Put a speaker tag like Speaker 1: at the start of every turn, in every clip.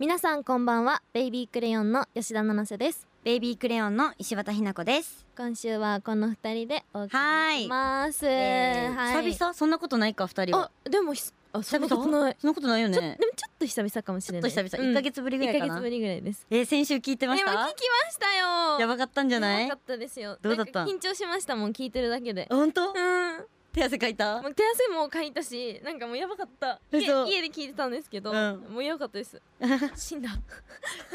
Speaker 1: 皆さんこんばんはベイビークレヨンの吉田七瀬です
Speaker 2: ベイビークレヨンの石渡ひな子です。
Speaker 1: 今週はこの二人でお送
Speaker 2: は
Speaker 1: り
Speaker 2: ー
Speaker 1: し
Speaker 2: い。
Speaker 1: ます、
Speaker 2: えー
Speaker 1: はい
Speaker 2: 久々そんなことないか二人は。
Speaker 1: あでもひあそ
Speaker 2: 久
Speaker 1: んな
Speaker 2: 々
Speaker 1: ことない
Speaker 2: そんなことないよ
Speaker 1: ちょでも
Speaker 2: ね。
Speaker 1: ちょっと久々かもし
Speaker 2: ちょ
Speaker 1: れ
Speaker 2: っ
Speaker 1: な
Speaker 2: と
Speaker 1: い
Speaker 2: 久々一ヶ
Speaker 1: うん
Speaker 2: 月ぶりぐらいか
Speaker 1: 一ヶ
Speaker 2: な
Speaker 1: 月ぶ。りぐらいです
Speaker 2: えー先週聞いてまし
Speaker 1: でも聞
Speaker 2: た
Speaker 1: き。ましたよ
Speaker 2: やばかったんじゃな
Speaker 1: や
Speaker 2: い
Speaker 1: ばか？ったですよ
Speaker 2: どうだった
Speaker 1: なんか緊張しましたもん聞いてるだけで
Speaker 2: 本当？
Speaker 1: うん
Speaker 2: 手汗かいた
Speaker 1: も？う手汗もかいたしなんかもうやばかった家
Speaker 2: 嘘
Speaker 1: 家で聞いてたんですけど、
Speaker 2: うん
Speaker 1: もうやばかったです 死んだ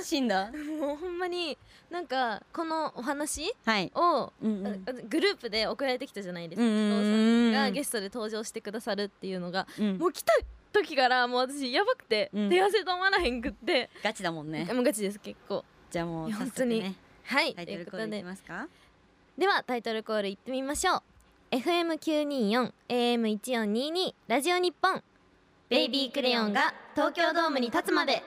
Speaker 2: 死んだ？
Speaker 1: もうほんまになんかこのお話
Speaker 2: はい。
Speaker 1: を、
Speaker 2: うんう
Speaker 1: あ
Speaker 2: ん。
Speaker 1: グループで送られてきたじゃないです
Speaker 2: うん
Speaker 1: か、お父さ
Speaker 2: うんうんうんん。
Speaker 1: がゲストで登場してくださるっていうのが、
Speaker 2: うん
Speaker 1: もう来た時からもう私やばくて、
Speaker 2: うん
Speaker 1: 手汗止まらへんくって、
Speaker 2: ガチだもんね。
Speaker 1: もうガチです結構
Speaker 2: じゃあもう
Speaker 1: いや
Speaker 2: 早速
Speaker 1: 本
Speaker 2: ね。
Speaker 1: はい
Speaker 2: タイ
Speaker 1: と
Speaker 2: ト
Speaker 1: いう
Speaker 2: ル
Speaker 1: こ
Speaker 2: コ
Speaker 1: と
Speaker 2: ールい
Speaker 1: で
Speaker 2: きますか？
Speaker 1: ではタイトルコールいってみましょう FM924 AM1422 ラジオ日本ベイビークレヨンが東京ドームに立つまで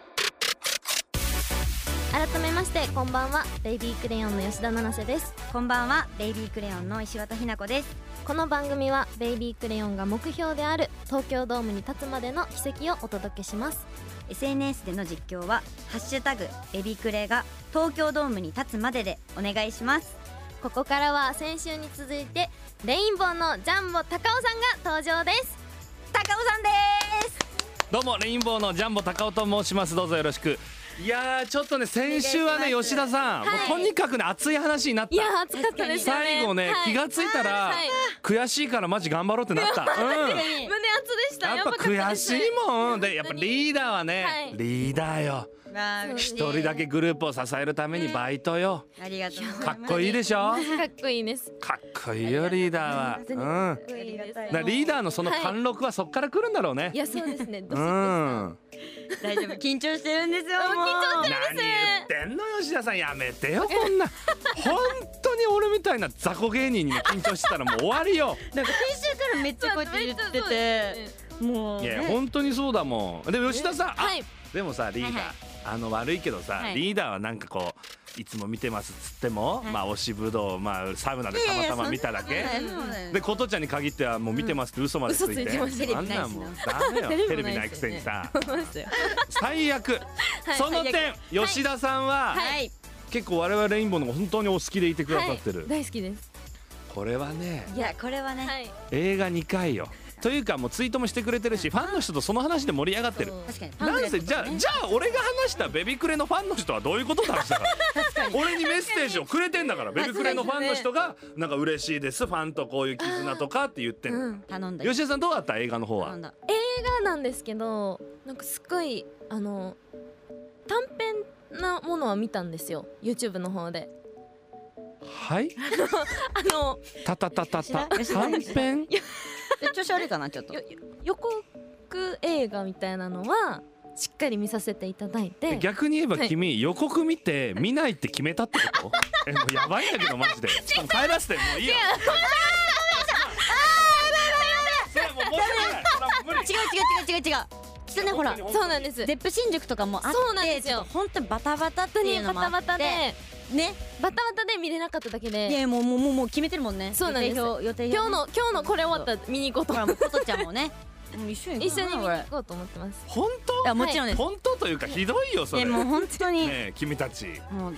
Speaker 1: 改めましてこんばんはベイビークレヨンの吉田七瀬です
Speaker 2: こんばんはベイビークレヨンの石渡ひな子です。
Speaker 1: この番組はベイビークレヨンが目標である東京ドームに立つまでの奇跡をお届けします
Speaker 2: SNS での実況は「ハッシュタグベビクレ」が東京ドームに立つまででお願いします
Speaker 1: ここからは先週に続いてレインボーのジャンボ高尾さんが登場です
Speaker 2: 高尾さんです
Speaker 3: どうもレインボーのジャンボ高尾と申しますどうぞよろしくいやーちょっとね先週はね
Speaker 2: お願いします
Speaker 3: 吉田さん、もう
Speaker 1: はい
Speaker 3: とにかくね熱い話になっ
Speaker 1: いや
Speaker 3: た
Speaker 1: 暑かったですよね
Speaker 3: 最後ね、
Speaker 1: はい
Speaker 3: 気がついたら、
Speaker 1: はい
Speaker 3: 悔しいからマジ頑張ろうってなった、うん、やっ
Speaker 1: 胸熱でしたや
Speaker 3: ぱ
Speaker 1: ばかった
Speaker 3: 悔
Speaker 1: です
Speaker 3: しいもんでやっぱリーダーはね、
Speaker 1: はい
Speaker 3: リーダーよ
Speaker 2: まあ
Speaker 1: そうです
Speaker 3: 一人だけグループを支えるためにバイトよ、
Speaker 2: ありがとうございます
Speaker 3: かっこいいでしょ
Speaker 1: かっこいいです
Speaker 3: かっこいいよリーダーはうん
Speaker 1: かっこいいです
Speaker 2: ありがたい
Speaker 3: だからリーダーのその
Speaker 1: はい
Speaker 3: 貫禄はそっから来るんだろうね、
Speaker 1: いやそうですねどう
Speaker 3: う
Speaker 1: し
Speaker 3: ん
Speaker 2: 大丈夫緊張してるんですよ
Speaker 1: あ
Speaker 2: もう
Speaker 1: 緊張してる
Speaker 3: 何言ってんの吉田さんやめてよこんな本当に俺みたいな雑魚芸人に緊張してたらもう終わりよ
Speaker 2: なんか先週からめっちゃこうやって言っててもう
Speaker 3: いや
Speaker 2: ね
Speaker 3: 本当にそうだもんでも吉田さん、あ
Speaker 1: はい
Speaker 3: でもさリーダー、
Speaker 2: はいはい
Speaker 3: あの悪いけどさ、
Speaker 2: はい
Speaker 3: リーダーはなんかこういつも見てますっつっても、
Speaker 2: はい
Speaker 3: まあ推しぶどうまあサウナで
Speaker 2: いやいや
Speaker 3: たまたま見ただけ、
Speaker 2: そんなことない
Speaker 3: で琴ちゃんに限ってはもう見てますって嘘までつい
Speaker 1: 嘘つ
Speaker 3: て,、
Speaker 1: いてました
Speaker 3: あんなんもうダメよ
Speaker 1: テ
Speaker 3: テ
Speaker 1: レ
Speaker 3: レ
Speaker 1: ビ
Speaker 3: ビ
Speaker 1: な
Speaker 3: ない
Speaker 1: で
Speaker 3: いく
Speaker 1: すよ
Speaker 3: せ
Speaker 1: ね
Speaker 3: に さ
Speaker 1: そうですよ
Speaker 3: 最悪、
Speaker 1: はい
Speaker 3: その点吉田さんは、
Speaker 2: はい
Speaker 3: 結構我々レインボーの本当にお好きでいてくださってる、
Speaker 1: はい大好きです
Speaker 3: これはね
Speaker 2: いやこれはね
Speaker 1: はい
Speaker 3: 映画2回よというかもうツイートもしてくれてるしファンの人とその話で盛り上がってる
Speaker 2: 確かにパンフ
Speaker 3: な
Speaker 2: レッ
Speaker 3: ん
Speaker 2: ト
Speaker 3: せ
Speaker 2: と
Speaker 3: じゃ
Speaker 2: か
Speaker 3: あ
Speaker 2: ね
Speaker 3: じゃあ俺が話したベビクレのファンの人はどういうことだしたから俺にメッセージをくれてんだからベビクレのファンの人がなんか嬉しいですファンとこういう絆とかって言ってん
Speaker 1: う
Speaker 3: の
Speaker 1: ん
Speaker 2: 頼んだ
Speaker 3: 吉田さんどうだった映画の方
Speaker 2: 頼
Speaker 3: は
Speaker 2: んだ
Speaker 1: 映画なんですけどなんかすごいあの短編なものは見たんですよ YouTube の方で
Speaker 3: はい
Speaker 1: あの
Speaker 3: たたたた
Speaker 2: 吉田
Speaker 3: た
Speaker 2: 吉田
Speaker 3: 短編
Speaker 2: え調子悪いかなちょっと
Speaker 1: よよ予告映画みたいなのはしっかり見させていただいて
Speaker 3: 逆に言えば君予告見て見ないって決めたって ことえもうやばいんだけどマジでしかも帰らせてもういいよそれはもう申し訳ないそれはもう無理
Speaker 2: 違う違う違う違う違うきつねほら
Speaker 3: 本当に
Speaker 1: そうなんです
Speaker 2: ゼップ新宿とかもあって
Speaker 1: そうなんですよ
Speaker 2: ちょっと本当にバタバタっ
Speaker 1: 本
Speaker 2: て
Speaker 1: 当
Speaker 2: い
Speaker 1: に
Speaker 2: うの
Speaker 1: バ
Speaker 2: もあ
Speaker 1: タ
Speaker 2: って
Speaker 1: バタで
Speaker 2: ね
Speaker 1: バタバタで見れなかっただけ
Speaker 2: い
Speaker 1: で
Speaker 2: やもうもうもうもう決めてるもんね
Speaker 1: そうなんです
Speaker 2: 予定表予定表
Speaker 1: 今日の今日のこれ終わったら見に行こうと
Speaker 2: ほらもうことちゃんもねもう一緒に
Speaker 1: 一緒に見に
Speaker 2: これ
Speaker 1: 行こうと思ってます
Speaker 3: 本
Speaker 2: いやもちろんです
Speaker 3: 当本当というかひどいよそ
Speaker 2: で
Speaker 3: れ
Speaker 2: もう
Speaker 3: ね
Speaker 2: 本当に
Speaker 3: え君たち
Speaker 2: もう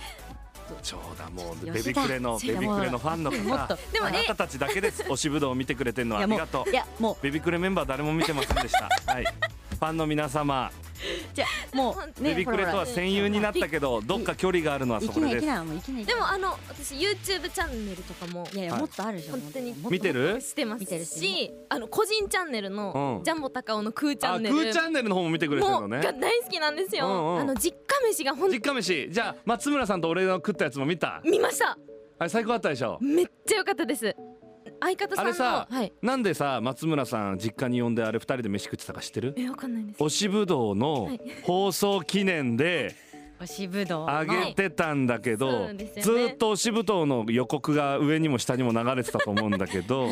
Speaker 3: そうだもう
Speaker 2: 吉田
Speaker 3: ベビクレの
Speaker 2: そ
Speaker 3: ベ
Speaker 2: れは
Speaker 3: ビ
Speaker 2: もう
Speaker 3: クレのファンの
Speaker 2: もっ
Speaker 3: 方
Speaker 2: と
Speaker 1: でも
Speaker 3: あ
Speaker 1: ね
Speaker 3: なたたちだ けです推しぶどうを見てくれてるのはあり
Speaker 2: も
Speaker 3: がと
Speaker 2: いうやも
Speaker 3: ベビクレメンバー誰も見てませんでしたはいファンの皆様
Speaker 2: うじゃあもう
Speaker 3: ベビクレとは戦友になったけどどっか距離があるのは
Speaker 2: 生
Speaker 3: そ
Speaker 2: き
Speaker 3: こ
Speaker 2: な
Speaker 3: で
Speaker 2: い生
Speaker 3: で
Speaker 2: き
Speaker 3: す
Speaker 2: ないもう生きない
Speaker 1: でもあの私 YouTube チャンネルとかも
Speaker 2: いやいや
Speaker 3: はい
Speaker 2: もっとあるじゃん
Speaker 1: 本当に
Speaker 2: もっと
Speaker 3: 見てる
Speaker 1: してま
Speaker 2: 見て
Speaker 1: す
Speaker 2: る
Speaker 1: し
Speaker 2: し
Speaker 1: あの個人チャンネルの
Speaker 3: うん
Speaker 1: ジャンボ高尾の空チャ
Speaker 3: あ
Speaker 1: ン
Speaker 3: ク
Speaker 1: ネル
Speaker 3: ーチャンネルの方も見てくれてる
Speaker 1: も
Speaker 3: の
Speaker 1: う
Speaker 3: ね
Speaker 1: が大好きなんです
Speaker 3: うんう
Speaker 1: よ
Speaker 3: ん
Speaker 1: あの実家飯が本当
Speaker 3: 実家飯じゃあ松村さんと俺の食ったやつも見た
Speaker 1: 見ました
Speaker 3: あれ最高だったでしょ
Speaker 1: めっちゃ良かったです相方さん
Speaker 3: あれさ
Speaker 1: のはい
Speaker 3: なんでさ松村さん実家に呼んであれ二人で飯食ってたか知ってる
Speaker 1: えわかんないです
Speaker 3: 推しぶどうの
Speaker 1: はい
Speaker 3: 放送記念で
Speaker 2: 推しぶどうの
Speaker 3: あげてたんだけど、
Speaker 1: そうですよ
Speaker 3: ず
Speaker 1: ね
Speaker 3: ーっと推しぶどうの予告が上にも下にも流れてたと思うんだけ ど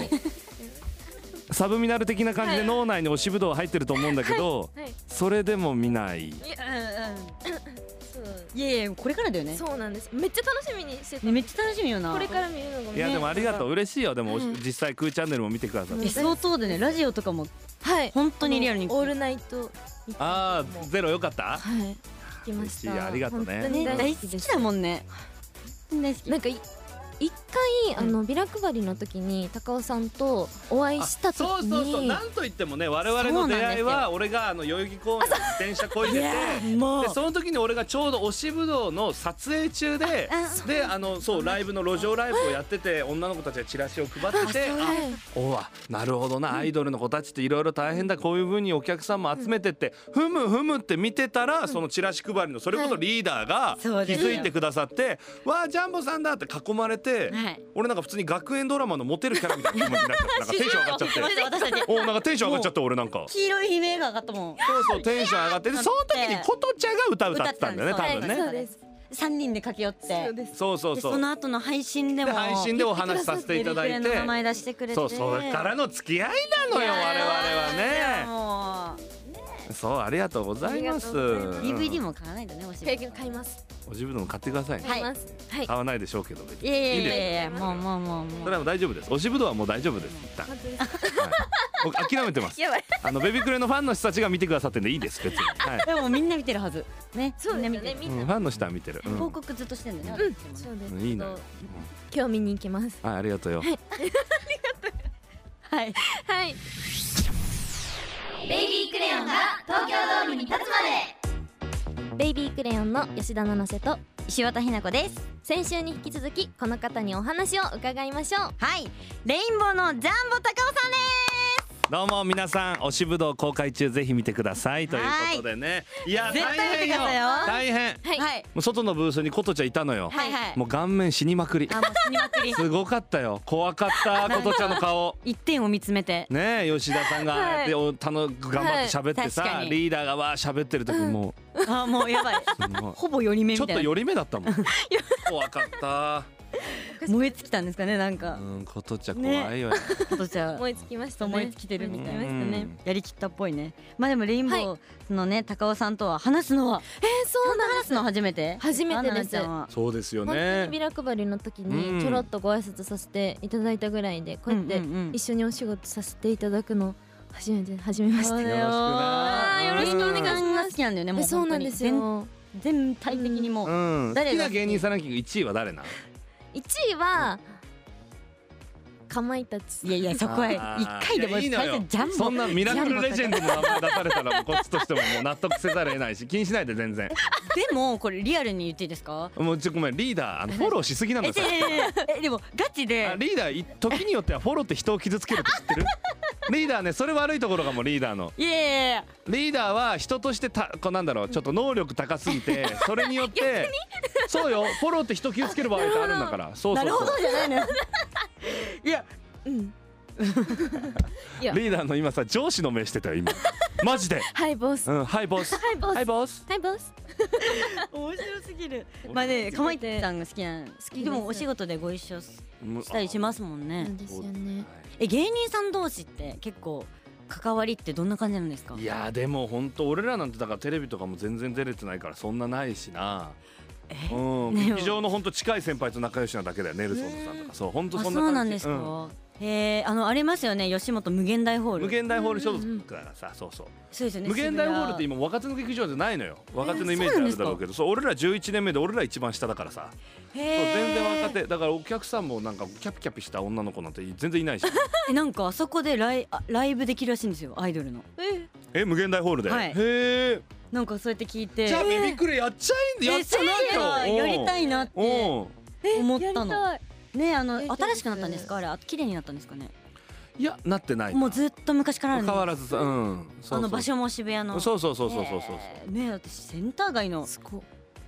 Speaker 3: サブミナル的な感じ
Speaker 1: は
Speaker 3: で
Speaker 1: い
Speaker 3: 脳内に推しぶどう入ってると思うんだけど、
Speaker 1: はい
Speaker 3: それでも見ない
Speaker 2: いやうんうん
Speaker 1: そう
Speaker 2: いやいやこれからだよね
Speaker 1: そうなんですめっちゃ楽しみにしてた
Speaker 2: ねめっちゃ楽しみよな
Speaker 1: これから見るのが
Speaker 3: いやでもありがとう
Speaker 2: ね
Speaker 3: 嬉しいよでも、
Speaker 1: うん
Speaker 3: 実際「クーチャンネル」も見てくださって、
Speaker 2: え相当でねラジオとかも
Speaker 1: はい
Speaker 2: 本当にリアルに
Speaker 1: オールナイト
Speaker 3: あ
Speaker 1: も
Speaker 3: あゼロよかっ
Speaker 1: は
Speaker 3: た
Speaker 1: いきました
Speaker 3: 嬉しいありがとうね
Speaker 1: 本当に
Speaker 2: ね
Speaker 1: 大
Speaker 2: 大
Speaker 1: 好き
Speaker 2: 好
Speaker 1: で
Speaker 2: き
Speaker 1: す
Speaker 2: だもんね大好き
Speaker 1: なんかい一回あのビラ配りの時に高尾さんとお会いした時に
Speaker 3: そうそうそうなんといってもね我々の出会い
Speaker 1: そうなんです
Speaker 3: は俺があの代々木公園で自転車こいでて
Speaker 2: も
Speaker 3: でその時に俺がちょうど推しぶどうの撮影中でであのそうライブの路上ライブをやってて女の子たちがチラシを配っててあおわなるほどなアイドルの子たちっていろいろ大変だこういう風にお客さんも集めてってふむふむって見てたらそのチラシ配りのそれこそリーダーが気
Speaker 2: そうですよ
Speaker 3: づいてくださって「わあジャンボさんだ!」って囲まれて
Speaker 2: はい
Speaker 3: 俺なんか普通に学園ドラマのモテるキャラみたいな気持ちになっちゃってなんかテンション上がっち ゃって。
Speaker 2: 私たち
Speaker 3: おなんかテンション上がっちゃって俺なんかそう
Speaker 2: 黄色い悲鳴が上がったもん
Speaker 3: そうテンション上がってでその時に琴ちゃんが歌歌ってたんだよね
Speaker 2: 歌って
Speaker 3: 多
Speaker 2: た
Speaker 3: 分
Speaker 2: ん
Speaker 1: は
Speaker 2: で
Speaker 1: い
Speaker 3: ね
Speaker 1: そうです
Speaker 2: 三人で駆け寄ってで
Speaker 3: そうそう
Speaker 2: そ
Speaker 3: そ
Speaker 2: うの後の配信でも
Speaker 3: 配信でお話しさせていただい
Speaker 2: ベ
Speaker 3: て
Speaker 2: リクレの名前出してくれて
Speaker 3: そうそれからの付き合いなのよ我々はね
Speaker 2: は
Speaker 3: そうありがとうございます
Speaker 1: ありがとうございま
Speaker 2: DVD も買わないとねおし
Speaker 1: 経験買います
Speaker 3: お自分でも買ってくださいね
Speaker 1: 買いますはい
Speaker 3: 買わないでしょうけど別に
Speaker 2: いやいや
Speaker 3: いいん
Speaker 2: い
Speaker 3: です
Speaker 2: やいやもうもうもうも
Speaker 3: それはもう大丈夫ですおしぶどうはもう大丈夫です一旦
Speaker 1: 本当ですか
Speaker 3: はい僕諦めてます
Speaker 2: やばい
Speaker 3: あのベビクレのファンの人たちが見てくださってんでいいです別 にはい、
Speaker 2: うでもみんな見てるはずね
Speaker 1: そうです
Speaker 2: み
Speaker 1: よ
Speaker 2: んな
Speaker 1: ね
Speaker 2: 見て
Speaker 1: み
Speaker 3: うん
Speaker 1: ん
Speaker 3: フ
Speaker 1: な
Speaker 3: ァンの人は見てる、う
Speaker 2: る
Speaker 3: ん
Speaker 2: 報告ずっとしてんだよね私たちも
Speaker 1: そ
Speaker 2: ね
Speaker 1: うです
Speaker 3: いいのよ
Speaker 1: 今日見に行きます
Speaker 3: うんあありがとうよ、
Speaker 2: はい
Speaker 1: はい
Speaker 4: ベイビークレヨンが東京ドームに立つまで
Speaker 1: ベイビークレヨンの吉田七瀬と
Speaker 2: 石渡ひな子です
Speaker 1: 先週に引き続きこの方にお話を伺いましょう
Speaker 2: はいレインボーのジャンボ高尾さんです
Speaker 3: どうも皆さん推しぶどう公開中ぜひ見てくださいということでねいや
Speaker 2: 絶対
Speaker 3: 大変
Speaker 2: 見てくださいよ
Speaker 3: 大変
Speaker 1: はい
Speaker 2: はい
Speaker 3: もう外のブースに琴ちゃんいたのよ、
Speaker 2: はいはい
Speaker 3: もう顔面死にまくり
Speaker 2: あもう死にまくり
Speaker 3: すごかったよ怖かっ
Speaker 2: な
Speaker 3: た
Speaker 2: んか
Speaker 3: 琴ちゃんの顔
Speaker 2: 一点を見つめて
Speaker 3: ねえ吉田さんがああやっておたの頑張って喋ってさ、
Speaker 2: はい確かに
Speaker 3: リーダーがわー喋ってる時も、
Speaker 2: あもうやばいう
Speaker 3: もう
Speaker 2: ほぼ寄り目
Speaker 3: ちょ
Speaker 2: み
Speaker 3: っ た
Speaker 2: い
Speaker 3: と
Speaker 2: な
Speaker 3: 寄り目だったもん怖かった
Speaker 2: 燃え尽きたんですかねなんか
Speaker 3: うん琴ちゃん怖いよ、ね、
Speaker 2: ことじゃ
Speaker 1: 燃え尽きましたね
Speaker 2: 燃え尽きてるみたいな
Speaker 1: 燃え尽きましたね
Speaker 2: やりきったっぽいねまあでもレインボーのね高尾さんとは話すのは
Speaker 1: えー、そうなんで
Speaker 2: 話すの初めて
Speaker 1: 初めてです
Speaker 2: アンナちゃんは
Speaker 3: そうですよ
Speaker 1: 本当にビ
Speaker 3: ね
Speaker 1: ラ配りの時
Speaker 3: うん
Speaker 1: にちょろっとご挨拶させていただいたぐらいでこうやって
Speaker 2: うんうんうん
Speaker 1: 一緒にお仕事させていただくの初めて初めまし
Speaker 2: そう
Speaker 1: て
Speaker 2: だ
Speaker 3: あーよろしくね
Speaker 2: 芸人さんが好きなんだよねも
Speaker 1: え
Speaker 2: う
Speaker 1: そうなんですよ
Speaker 2: 本当に全全体的にもう、
Speaker 3: うん、好
Speaker 2: 誰
Speaker 3: き
Speaker 2: が
Speaker 3: な
Speaker 2: 好き
Speaker 3: 芸人さんランキング1位は誰なの
Speaker 1: 1位はかまいたちさん
Speaker 2: いやいやそこは
Speaker 3: あー
Speaker 2: 一回でも
Speaker 3: いやいいの
Speaker 2: 最
Speaker 3: よ
Speaker 2: 初ジャンボ
Speaker 3: そんなミラクルレジェンドの名前出されたらもうこっちとしてももう納得せざるを得ないし気にしないで 全然
Speaker 2: でもこれリアルに言っていいですか
Speaker 3: もうちょごめんリーダーあのフォローしすぎなん
Speaker 2: え
Speaker 3: です
Speaker 2: 違う違う
Speaker 3: よ
Speaker 2: 違うえでもガチ
Speaker 3: あ
Speaker 2: で
Speaker 3: リーダーい時によってはフォローって人を傷つけるって知ってるリーダーねそれ悪いところかもリーダーの
Speaker 2: いやいやいや
Speaker 3: リーダーは人としてたこうなんだろうちょっと能力高すぎて それによってそうよフォローって人傷つける場合ってあるんだからそう
Speaker 2: な
Speaker 3: そ
Speaker 2: る
Speaker 3: うそ
Speaker 2: ほど
Speaker 3: う
Speaker 2: じゃないのよ いや
Speaker 1: うんど
Speaker 3: リーダーの今さ上司の目してたよ今マジで
Speaker 1: はいボス
Speaker 3: う
Speaker 1: は
Speaker 3: んはいボス
Speaker 1: いボス
Speaker 3: はいボス
Speaker 1: はいボス
Speaker 2: 面白すぎるまあねかまいたちさんが好きなん好
Speaker 1: きです
Speaker 2: でもお仕事でご一緒したりしますもん
Speaker 1: なん
Speaker 2: ね
Speaker 1: ですよね
Speaker 2: え芸人さん同士って結構関わりってどんな感じなんですか
Speaker 3: いやーでも本当俺らなんてだからテレビとかも全然出れてないからそんなないしな
Speaker 2: え
Speaker 3: うん
Speaker 2: ねえ
Speaker 3: 劇場の本当近い先輩と仲良しなだけだよネルソンズさんとかそう本当
Speaker 2: あそ
Speaker 3: そんな感じ
Speaker 2: うなんです
Speaker 3: う
Speaker 2: かへえあのありますよね吉本無限大ホール
Speaker 3: 無限大ホール所属だからさそうそう
Speaker 2: そうですよね
Speaker 3: 無限大ホールって
Speaker 2: 渋
Speaker 3: 今若手の劇場じゃないのよ若手のイメージあるだろうけどそう俺ら11年目で俺ら一番下だからさ
Speaker 2: 谷
Speaker 3: そう
Speaker 2: へ
Speaker 3: 全
Speaker 2: え
Speaker 3: 然若手だからお客さんもなんかキャピキャピした女の子なんて全然いないし
Speaker 2: えなんかあそこでライあライブできるらしいんですよアイドルの
Speaker 3: え無限大ホールで
Speaker 2: はい
Speaker 3: へえ
Speaker 2: なんかそうやって聞いて
Speaker 3: じゃあビビクレやっちゃいんでやっちゃない
Speaker 2: えそう
Speaker 3: よ
Speaker 2: ややりたいなっ
Speaker 3: うん
Speaker 2: て
Speaker 3: うん
Speaker 2: 思ったの
Speaker 1: い
Speaker 2: ねあの
Speaker 1: やりたいです
Speaker 2: 新しくなったんですかあれあ綺麗になったんですかね
Speaker 3: いやなってない
Speaker 2: もうずっと昔からある
Speaker 3: 変
Speaker 2: の
Speaker 3: わらずさうんそうそう
Speaker 2: あの場所も渋谷の
Speaker 3: そうそうそうそうそうそう
Speaker 2: へえね私センター街の
Speaker 1: すごい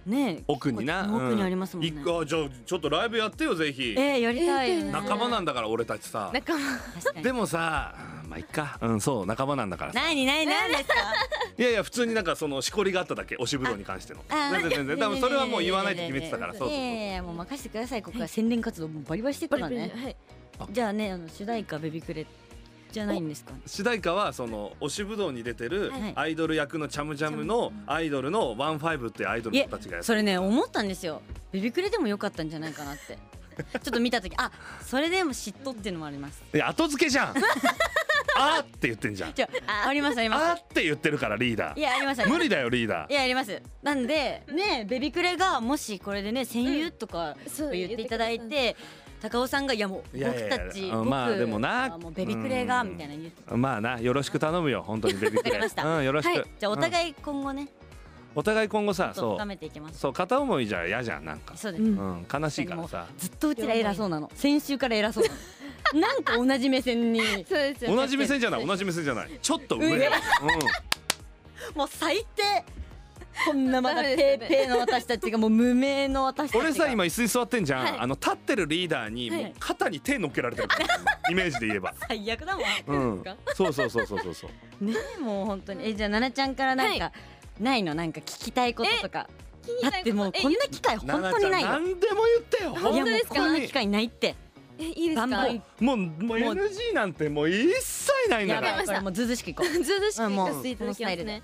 Speaker 2: ね
Speaker 3: 奥にな
Speaker 2: 奥にありますもんね
Speaker 3: 一個じゃあちょっとライブやってよぜひ
Speaker 2: えーやりたいよね
Speaker 3: 仲間なんだから俺たちさ
Speaker 1: 仲間
Speaker 2: 確かに
Speaker 3: でもさまあいっかうんそう仲間なんだからさ
Speaker 2: 何何何ですか
Speaker 3: いやいや普通になんかそのしこりがあっただけおしぶどうに関しての全然 全然多分それはもう言わないって決めてたからそうそう
Speaker 2: い
Speaker 3: そう
Speaker 2: やいやいやもう任せてくださいここは宣伝活動もバリバリしてる
Speaker 1: バ
Speaker 2: か
Speaker 1: リ
Speaker 2: ら
Speaker 1: バリ
Speaker 2: ね
Speaker 1: はい
Speaker 2: じゃあねあの主題歌ベビクレじゃないんですか
Speaker 3: 主題歌はその推しぶどうに出てる
Speaker 2: はい
Speaker 3: アイドル役のチャムジャムのアイドルのワンファイブっていうアイドルの子たちがやって
Speaker 2: それね思ったんですよベビクレでもよかったんじゃないかなってちょっと見た時あそれでも嫉妬っていうのもあります
Speaker 3: いや後付けじゃんあって言ってんじゃん
Speaker 2: ちょありますあります
Speaker 3: あって言ってるからリー
Speaker 2: い
Speaker 3: ダー
Speaker 2: やあります
Speaker 3: 無理だよリーダ
Speaker 2: いやありますなんでねベビクレがもしこれでね戦友とか
Speaker 1: そう
Speaker 2: 言っていただいて高尾さんがいやもう
Speaker 3: いやいや
Speaker 2: 僕
Speaker 3: いや
Speaker 2: たち
Speaker 3: うん
Speaker 2: 僕
Speaker 3: まあでもな
Speaker 2: あうベビクレが
Speaker 3: うん
Speaker 2: みたいなの言って
Speaker 3: ーまあなよろしく頼むよ本当にベビークレ
Speaker 2: わかりました
Speaker 3: うんよろしく、
Speaker 1: はい
Speaker 2: じゃあお
Speaker 3: い、
Speaker 2: 互い今後ね
Speaker 3: お互い今
Speaker 2: ちょ
Speaker 3: 後さ
Speaker 2: っと
Speaker 3: そ
Speaker 2: 深めていきま
Speaker 3: う
Speaker 2: す
Speaker 3: そう片思いじゃ嫌じゃんなんか
Speaker 2: そうです
Speaker 1: うん
Speaker 3: うん悲しいからさ
Speaker 2: ずっとうちら偉そうなの先週から偉そうな のなんか同じ目線に
Speaker 1: そうですよね
Speaker 3: 同じ目線じゃない同じ目線じゃないちょっと上
Speaker 2: 上
Speaker 3: うん
Speaker 2: もう最低こんなま
Speaker 1: ダ
Speaker 2: だ
Speaker 1: メ
Speaker 2: ペ
Speaker 1: で
Speaker 2: ー
Speaker 1: すね
Speaker 2: ペーの私たちがもう無名の私たちが
Speaker 3: 俺さ今椅子に座ってんじゃん、
Speaker 1: はい
Speaker 3: あの立ってるリーダーに
Speaker 2: はい
Speaker 3: もう肩に手乗っけられてるから、イメージで言えば、
Speaker 2: 最悪だもん
Speaker 3: うん、そうそうそうそうそうそう
Speaker 2: ねえもう本当にえじゃあ奈々ちゃんからなんか、ないのなんか聞きたいこととかだってもうこんな機会本当にないよ
Speaker 3: な何でも言ってよ
Speaker 2: い
Speaker 3: 本
Speaker 2: やもう
Speaker 3: 当
Speaker 2: こんな機
Speaker 3: に
Speaker 2: 会ないって
Speaker 1: えいいです
Speaker 2: バン
Speaker 1: か
Speaker 2: バン
Speaker 3: もうもう NG なんてもう一切ないんだ
Speaker 2: や
Speaker 3: か
Speaker 2: ば
Speaker 1: わかりま
Speaker 2: い
Speaker 3: ら
Speaker 1: した
Speaker 2: これもうずうずうしくいこう
Speaker 1: ずうずしく
Speaker 2: う
Speaker 1: 行
Speaker 2: んもう
Speaker 1: かせていただきます
Speaker 2: この
Speaker 1: ね。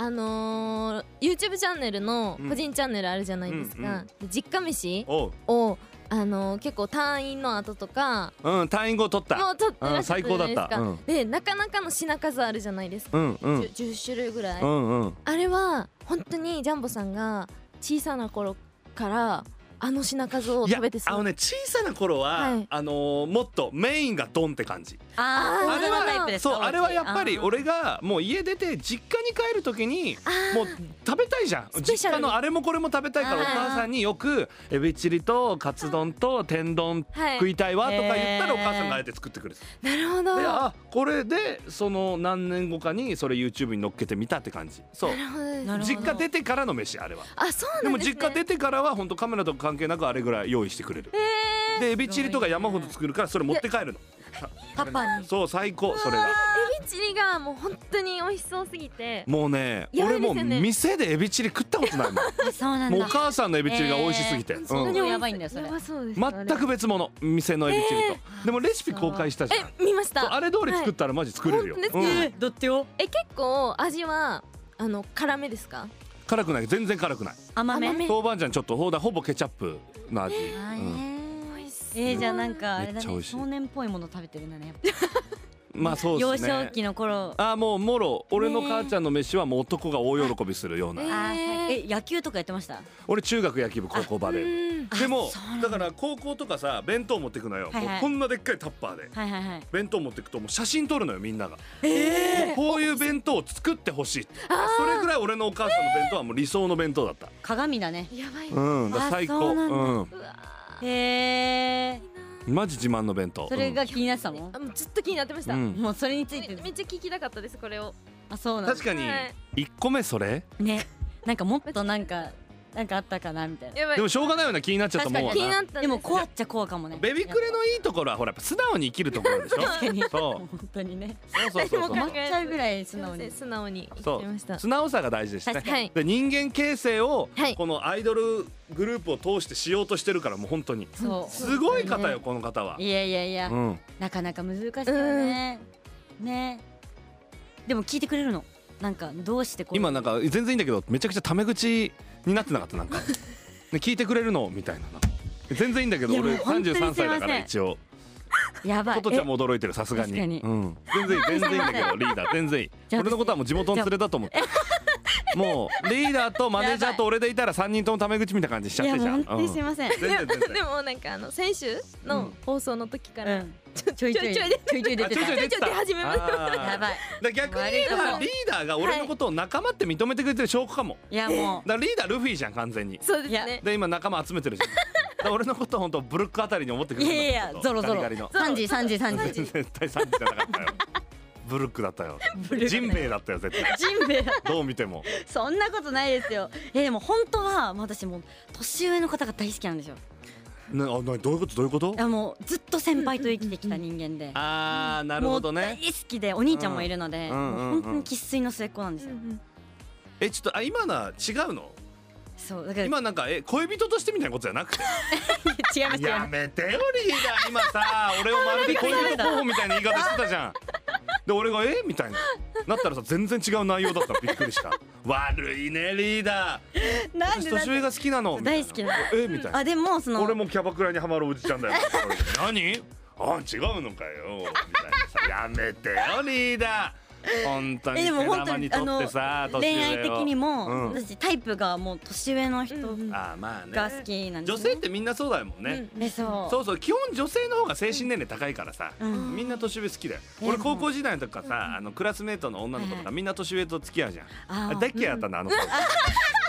Speaker 1: あのー、YouTube チャンネルの
Speaker 3: うん
Speaker 1: 個人チャンネルあるじゃないです
Speaker 3: うんう
Speaker 1: か。で実家飯
Speaker 3: おう
Speaker 1: をあのー、結構単員の後とか
Speaker 3: うん単位号取った
Speaker 1: もう撮ってらっしゃったじゃないです
Speaker 3: う
Speaker 1: か
Speaker 3: ん。
Speaker 1: でなかなかの品数あるじゃないですか。
Speaker 3: うんう
Speaker 1: じ
Speaker 3: ん。
Speaker 1: ゅ10種類ぐらいう
Speaker 3: んうん
Speaker 1: あれは本当にジャンボさんが小さな頃からあの品数を
Speaker 3: いや
Speaker 1: 食べてす
Speaker 3: あのね小さな頃は、
Speaker 1: はい
Speaker 3: あのーもっとメインがドンって感じ
Speaker 2: あ
Speaker 1: ー
Speaker 2: ああれはタイプですか
Speaker 3: そうあれはやっぱり
Speaker 2: あー
Speaker 3: 俺がもう家出て実家に帰る時に
Speaker 1: あー
Speaker 3: もう食べたいじゃん
Speaker 1: スペシャ
Speaker 3: 実
Speaker 1: ル
Speaker 3: 家のあれもこれも食べたいからお
Speaker 2: あー
Speaker 3: 母さんによくエビチリとカツ丼と天丼
Speaker 1: はい
Speaker 3: 食いたいわとか言ったら
Speaker 2: へー
Speaker 3: お母さんがあえて作ってくれてた
Speaker 1: なるほど
Speaker 3: であこれでその何年後かにそれ YouTube に載っけてみたって感じそう
Speaker 1: なるほどです
Speaker 2: なるほど
Speaker 3: 実家出てからの飯あれは
Speaker 1: あそう
Speaker 3: で
Speaker 1: なん
Speaker 3: も
Speaker 1: ですね
Speaker 3: 実家出てからは本当カメラとか関係なくあれぐらい用意してくれるでエビチリとか山ほど作るからそれ持って帰るの
Speaker 2: パパに
Speaker 3: そう最高それが
Speaker 1: エビチリがもう本当に美味しそうすぎて
Speaker 3: もうね
Speaker 1: やば
Speaker 3: 俺
Speaker 1: いです
Speaker 3: も
Speaker 1: よ
Speaker 3: う
Speaker 1: ね
Speaker 3: 店でエビチリ食ったことない もん
Speaker 2: あそうなん
Speaker 3: もうお
Speaker 2: だ
Speaker 3: 母さんのエビチリが美味しすぎて、
Speaker 2: えー
Speaker 3: うん
Speaker 2: そんなにやばいんだよそれ
Speaker 1: やばそうですよあれ
Speaker 3: 全く別物店のエビチリと、でもレシピ公開したじゃん
Speaker 1: え見まし
Speaker 3: そう
Speaker 1: た
Speaker 3: あれ通り作ったらマジ作れるよ、
Speaker 1: はい本当
Speaker 3: う
Speaker 1: ですか
Speaker 3: ん
Speaker 2: えーどってよ
Speaker 1: え結構味はあの辛めですか
Speaker 3: 辛くない全然辛くない
Speaker 2: 甘め
Speaker 1: 甘め
Speaker 3: 豆板醤ちょっとほうだほぼケチャップの味、
Speaker 2: あ
Speaker 3: う
Speaker 2: ー
Speaker 3: ん
Speaker 1: 美
Speaker 2: ね
Speaker 1: 味しそう
Speaker 2: えーじゃあなんかあれ
Speaker 3: め
Speaker 2: だね
Speaker 3: っちゃ美味しい
Speaker 2: 少年っぽいもの食べてるんだねやっぱ
Speaker 3: まあそう
Speaker 2: 幼
Speaker 3: ですね
Speaker 2: 少期の頃
Speaker 3: あーもうもろ俺の母ちゃんの飯はもう男が大喜びするような、
Speaker 1: えー
Speaker 2: あーえ野球とかやってました
Speaker 3: 俺中学野球部高校バレー
Speaker 1: うん
Speaker 3: でも
Speaker 2: そうなん
Speaker 3: だ
Speaker 2: だ
Speaker 3: から高校とかさ弁当持ってくのよ、
Speaker 2: はいはい
Speaker 3: もうこんなでっかいタッパーで
Speaker 2: はいはいはい
Speaker 3: 弁当持ってくともう写真撮るのよみんなが、もうこういう弁当を作ってほしいそれぐらい俺のお母さんの弁当はもう理想の弁当だった、
Speaker 2: 鏡だね
Speaker 1: やばい
Speaker 3: うんだから
Speaker 2: あ
Speaker 3: 最
Speaker 2: そ
Speaker 3: 高
Speaker 2: うなんだ
Speaker 3: うん
Speaker 1: うわー
Speaker 2: へえ
Speaker 3: マジ自慢の弁当
Speaker 2: それが気になってたもん
Speaker 1: あ、もうずっと気になってました
Speaker 3: う
Speaker 1: め
Speaker 3: ん
Speaker 2: もうそれについて
Speaker 1: めっちゃ聞きたかったですこれを
Speaker 2: あそうなんだ
Speaker 3: 確かに
Speaker 1: はい
Speaker 3: 1個目それ
Speaker 2: ねなんかもっとなんかなんかあったかなみたいな
Speaker 1: やばい
Speaker 3: でもしょうがないような気になっちゃったもんは
Speaker 1: 気にな
Speaker 3: な
Speaker 1: ったん
Speaker 2: でも
Speaker 1: 怖
Speaker 2: 怖っちゃ怖かもね
Speaker 3: ベビクレのいいところはほらやっぱ素直に生きるところでしょ
Speaker 2: 確かに
Speaker 3: そう
Speaker 2: 本当にね
Speaker 3: そうそうそう
Speaker 1: 何も考
Speaker 3: そう
Speaker 1: え
Speaker 2: ちゃうぐらい素直に
Speaker 1: 素直に言
Speaker 3: そ
Speaker 1: ってました
Speaker 3: う素直さが大事ですね
Speaker 2: 確
Speaker 1: はい
Speaker 3: で人間形成を
Speaker 1: はい
Speaker 3: このアイドルグループを通してしようとしてるからもう本当に
Speaker 2: そ
Speaker 3: すごい方よ
Speaker 2: ね
Speaker 3: この方はい
Speaker 2: やいやいや
Speaker 3: うん
Speaker 2: なかなか難しいよねねでも聞いてくれるのなんかどうしてこう
Speaker 3: 今なんか全然いいんだけどめちゃくちゃタメ口になってなかったなん かね聞いてくれるのみたいななんか全然いいんだけど
Speaker 2: いやもう
Speaker 3: 俺
Speaker 2: 本当にすいま
Speaker 3: 33
Speaker 2: せん
Speaker 3: 歳だから一応
Speaker 2: やばい
Speaker 3: ことちゃんも驚いてるさすがに
Speaker 2: 確かに
Speaker 3: うん、全然いい全然いいん だけどリーダー全然いい
Speaker 2: じゃあ私
Speaker 3: 俺のことはもう地元の連れだと思って もうリーダーとマネージャーと俺でいたら3人ともタメ口みたいな感じしち
Speaker 2: え
Speaker 3: ゃ
Speaker 2: いや
Speaker 3: って
Speaker 2: も
Speaker 3: じ
Speaker 2: う
Speaker 3: ゃ
Speaker 2: 本
Speaker 3: ん、
Speaker 2: 当に
Speaker 3: うん
Speaker 2: すいません
Speaker 3: 全然全然
Speaker 1: でもなんかあの先週の放送の時か
Speaker 2: う
Speaker 1: ら
Speaker 2: んちょいちょい
Speaker 1: ちょい
Speaker 2: ちょいちょい出
Speaker 3: あ
Speaker 2: て
Speaker 3: ちょいち
Speaker 2: た
Speaker 3: ょい出てた
Speaker 1: ちょいちょい出始めました
Speaker 3: あー
Speaker 2: やばい
Speaker 3: だから逆に言
Speaker 2: 悪
Speaker 3: え
Speaker 2: いと
Speaker 3: ば
Speaker 2: こ
Speaker 3: リーダーが俺のことを仲間って認めてくれてる証拠かも
Speaker 2: い やも
Speaker 3: だからリーダールフィじゃん完全に
Speaker 1: そうです
Speaker 2: いや
Speaker 1: ね
Speaker 3: で今仲間集めてる じゃんだから俺のこと本当ブルックあたりに思ってく
Speaker 2: う
Speaker 3: れ
Speaker 2: い
Speaker 3: て
Speaker 2: や
Speaker 3: る
Speaker 2: いやいやゾロゾロ
Speaker 3: ガリガリの
Speaker 2: 三時三時三時
Speaker 3: 絶対サンジじゃなかったよブルックだったよ
Speaker 2: ブルック
Speaker 3: ジンベエだったよ絶対
Speaker 2: ジンベエ
Speaker 3: どう見ても
Speaker 2: そんなことないですよ。えでも本当はもう私もう年上の方が大好きなんですよ。
Speaker 3: なあなどういうことどういうこと
Speaker 2: いやもうずっと先輩と生きてきた人間で。
Speaker 3: あーなる
Speaker 2: も
Speaker 3: ほ
Speaker 2: う
Speaker 3: ど
Speaker 2: 大
Speaker 3: ね
Speaker 2: 好きでお兄ちゃんもいるので、
Speaker 3: うんうんうん
Speaker 2: もう本当に生粋の末っ子なんですよ。
Speaker 3: えちょっとあ今のは違うの
Speaker 2: そうだから
Speaker 3: 今なんかえ恋人としてみたいなことじゃなくて
Speaker 2: 違います違い
Speaker 3: や
Speaker 2: ます。
Speaker 3: めてよリーダー今さ俺をまるで恋人候補みたいな言い方してたじ ゃんで俺がえみたいななったらさ全然違う内容だったのびっくりした悪いねリーダー
Speaker 2: なん
Speaker 3: 私
Speaker 2: でなん
Speaker 3: 年
Speaker 2: で
Speaker 3: 上が好きなのみたい
Speaker 2: 大好きな
Speaker 3: えみたいな
Speaker 2: あでもその
Speaker 3: 俺もキャバクラにハマるおじちゃんだよ何あ違うのかよみたいなやめてよリーダー本当に
Speaker 2: え
Speaker 3: 手
Speaker 2: でも本当
Speaker 3: 玉
Speaker 2: に
Speaker 3: に取ってさ年
Speaker 2: 恋
Speaker 3: 上を
Speaker 2: 愛的にも、
Speaker 3: うん
Speaker 2: 私タイプがもう年上の人
Speaker 3: あーまあね
Speaker 2: が好きなんで
Speaker 3: 女
Speaker 2: す、ね
Speaker 3: 性ってみんなそうだもんね、
Speaker 2: えそう
Speaker 3: そうそう基本女性の方が精神年齢高いからさ、
Speaker 2: うん
Speaker 3: みんな年上好きだよ
Speaker 2: え
Speaker 3: 俺高校時代の時からさあのクラスメートの女の子と
Speaker 2: はい
Speaker 3: か
Speaker 2: は
Speaker 3: みんな年上と付き合うじゃん
Speaker 2: あ
Speaker 3: あ
Speaker 2: ー
Speaker 3: れ大っ嫌いだったんだあの子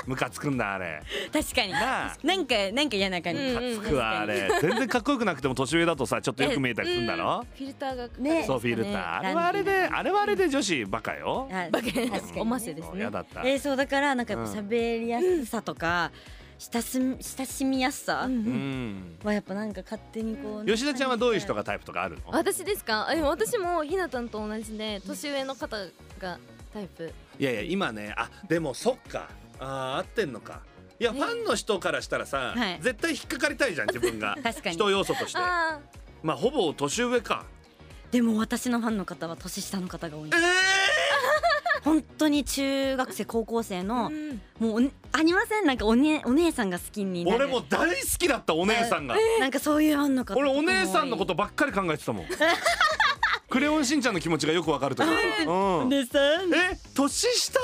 Speaker 3: ムカつくんだあれ
Speaker 2: 確かにな
Speaker 3: なあ
Speaker 2: んかなんか嫌な感じ、
Speaker 1: うん
Speaker 3: ムカつくわあれ全然かっこよくなくても年上だとさちょっとよく見えたりするんだろ
Speaker 1: フィルターが
Speaker 2: ね
Speaker 3: そうフィルターあれはあれであれはあれで女子バカよ
Speaker 2: あ
Speaker 1: バカ
Speaker 2: 確かにね
Speaker 1: おませです
Speaker 3: そう
Speaker 1: ね
Speaker 3: やだった
Speaker 2: えーそうだからなんかやっぱ喋りやすさとか、親しみ親しみやすさ
Speaker 3: うん
Speaker 2: はやっぱなんか勝手にこう
Speaker 3: 吉田ちゃんはどういう人
Speaker 2: が
Speaker 3: がタイプとかあるの
Speaker 1: 私ですかあでも私もひなたんと同じで年上の方がタイプ
Speaker 3: いやいや今ねあでもそっかあー合ってんのかいやファンの人からしたらさ、
Speaker 2: はい
Speaker 3: 絶対引っかかりたいじゃん自分が
Speaker 2: 確かに
Speaker 3: 人要素として
Speaker 1: あ
Speaker 3: まあほぼ年上か
Speaker 2: でも私のファンの方は年下の方が多いん
Speaker 3: え
Speaker 2: です本当に中学生高校生
Speaker 1: あ
Speaker 2: の、
Speaker 1: うん
Speaker 2: もうおねありませんなんかお,、ね、お姉さんが好きになる
Speaker 3: 俺もう大好きだったお姉さんが、
Speaker 2: なんかそういうファンの方
Speaker 3: 俺お姉さんのことばっかり考えて たもんクレヨンしんちゃんの気持ちがよくわかるという、うん、え
Speaker 2: でさ
Speaker 3: 年下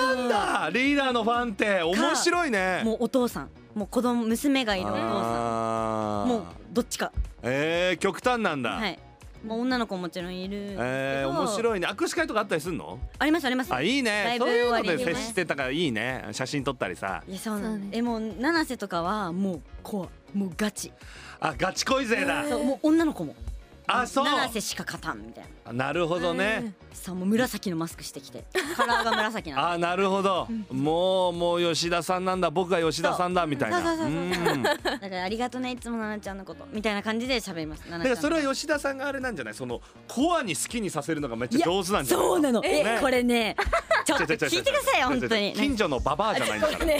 Speaker 3: なんだリーダーのファンって面白いね
Speaker 2: もうお父さんもう子供娘がいるお父さ
Speaker 3: あ
Speaker 2: ん
Speaker 3: ー
Speaker 2: もうどっちか
Speaker 3: えー、極端なんだ、
Speaker 2: はい、まあ、女の子ももちろんいるんですけど、
Speaker 3: えー、面白いね握手会とかあったりするの
Speaker 2: ありますあります
Speaker 3: あいい
Speaker 2: ラ
Speaker 3: ね
Speaker 2: イブ
Speaker 3: そういうの
Speaker 2: 終わ
Speaker 3: で
Speaker 2: りにね
Speaker 3: 接してたからいいね写真撮ったりさ
Speaker 2: いやそうな
Speaker 1: そ
Speaker 2: ん
Speaker 1: うね
Speaker 2: えもう七瀬とかはもうコアもうガチ
Speaker 3: あガチ恋勢だ
Speaker 2: そうもう女の子も
Speaker 3: あそう
Speaker 2: 七瀬しか勝たんみたいな
Speaker 3: なるほどね
Speaker 2: さもう紫のマスクしてきてカラーが紫なの
Speaker 3: あなるほどもうもう吉田さんなんだ僕が吉田さんだみたいな
Speaker 2: そうそう
Speaker 3: う
Speaker 2: そうそうん
Speaker 3: だか
Speaker 2: だからありがとねいつも七ちゃんのことみたいな感じで喋ります七ちゃ
Speaker 3: ら
Speaker 2: ん
Speaker 3: それは吉田さんがあれなんじゃないそのコアに好きにさせるのがめっちゃ上手なんじゃない
Speaker 2: そうなの、
Speaker 3: ね
Speaker 2: えこれ ねちょっ
Speaker 3: 違
Speaker 2: と
Speaker 3: う違う違う違う
Speaker 2: 聞いてくださいよ本当
Speaker 3: 違う違
Speaker 2: に
Speaker 3: う近所のババアじゃないんだから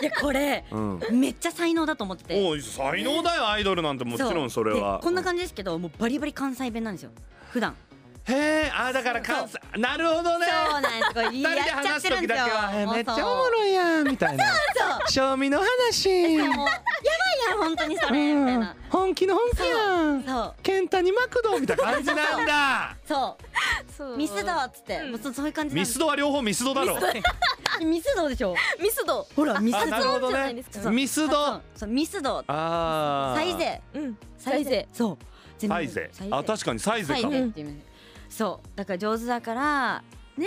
Speaker 2: いやこれ
Speaker 3: うん
Speaker 2: めっちゃ才能だと思ってて
Speaker 3: おう才能だよアイドルなんてもちろんそれは
Speaker 2: でこんな感じですけどもうバリバリ関西弁なんですよ普段
Speaker 3: へえあだから関西なるほどね
Speaker 2: そうなんですこれ
Speaker 3: 二
Speaker 2: や
Speaker 3: 人
Speaker 2: っ
Speaker 3: で
Speaker 2: ちゃっ
Speaker 3: 話
Speaker 2: て
Speaker 3: す
Speaker 2: るん
Speaker 3: 時
Speaker 2: で
Speaker 3: だ
Speaker 2: すよ
Speaker 3: けはえ
Speaker 2: もう
Speaker 3: めっちゃお
Speaker 2: そう
Speaker 3: もろいやんみたいな 賞味の話
Speaker 2: もうやばいやん本当にそれみたいな
Speaker 3: 本気の本気やん
Speaker 2: そう
Speaker 3: ケンタにマクドみたいな感じなんだ
Speaker 2: そ
Speaker 1: そうう
Speaker 2: ミスドっつって
Speaker 1: うん
Speaker 2: もうそそういう感じなん
Speaker 3: ミ
Speaker 2: です
Speaker 3: スドは両方ミスドだろ
Speaker 2: ミスドでしょ
Speaker 1: ミスド
Speaker 2: ほらミ
Speaker 3: あ
Speaker 2: ス
Speaker 3: な
Speaker 2: ド
Speaker 3: るほど
Speaker 1: じゃない
Speaker 3: ね
Speaker 1: ですか
Speaker 3: ミスド
Speaker 2: そうそうミスド
Speaker 3: あ
Speaker 2: サイゼ
Speaker 1: うん
Speaker 2: サイゼそう全部
Speaker 3: サイゼ
Speaker 2: サイゼ
Speaker 3: あ確かにサイゼ
Speaker 2: サイ
Speaker 3: か
Speaker 2: ゼっ
Speaker 3: も
Speaker 2: て
Speaker 3: い
Speaker 2: いう意味でそうだから上手だからね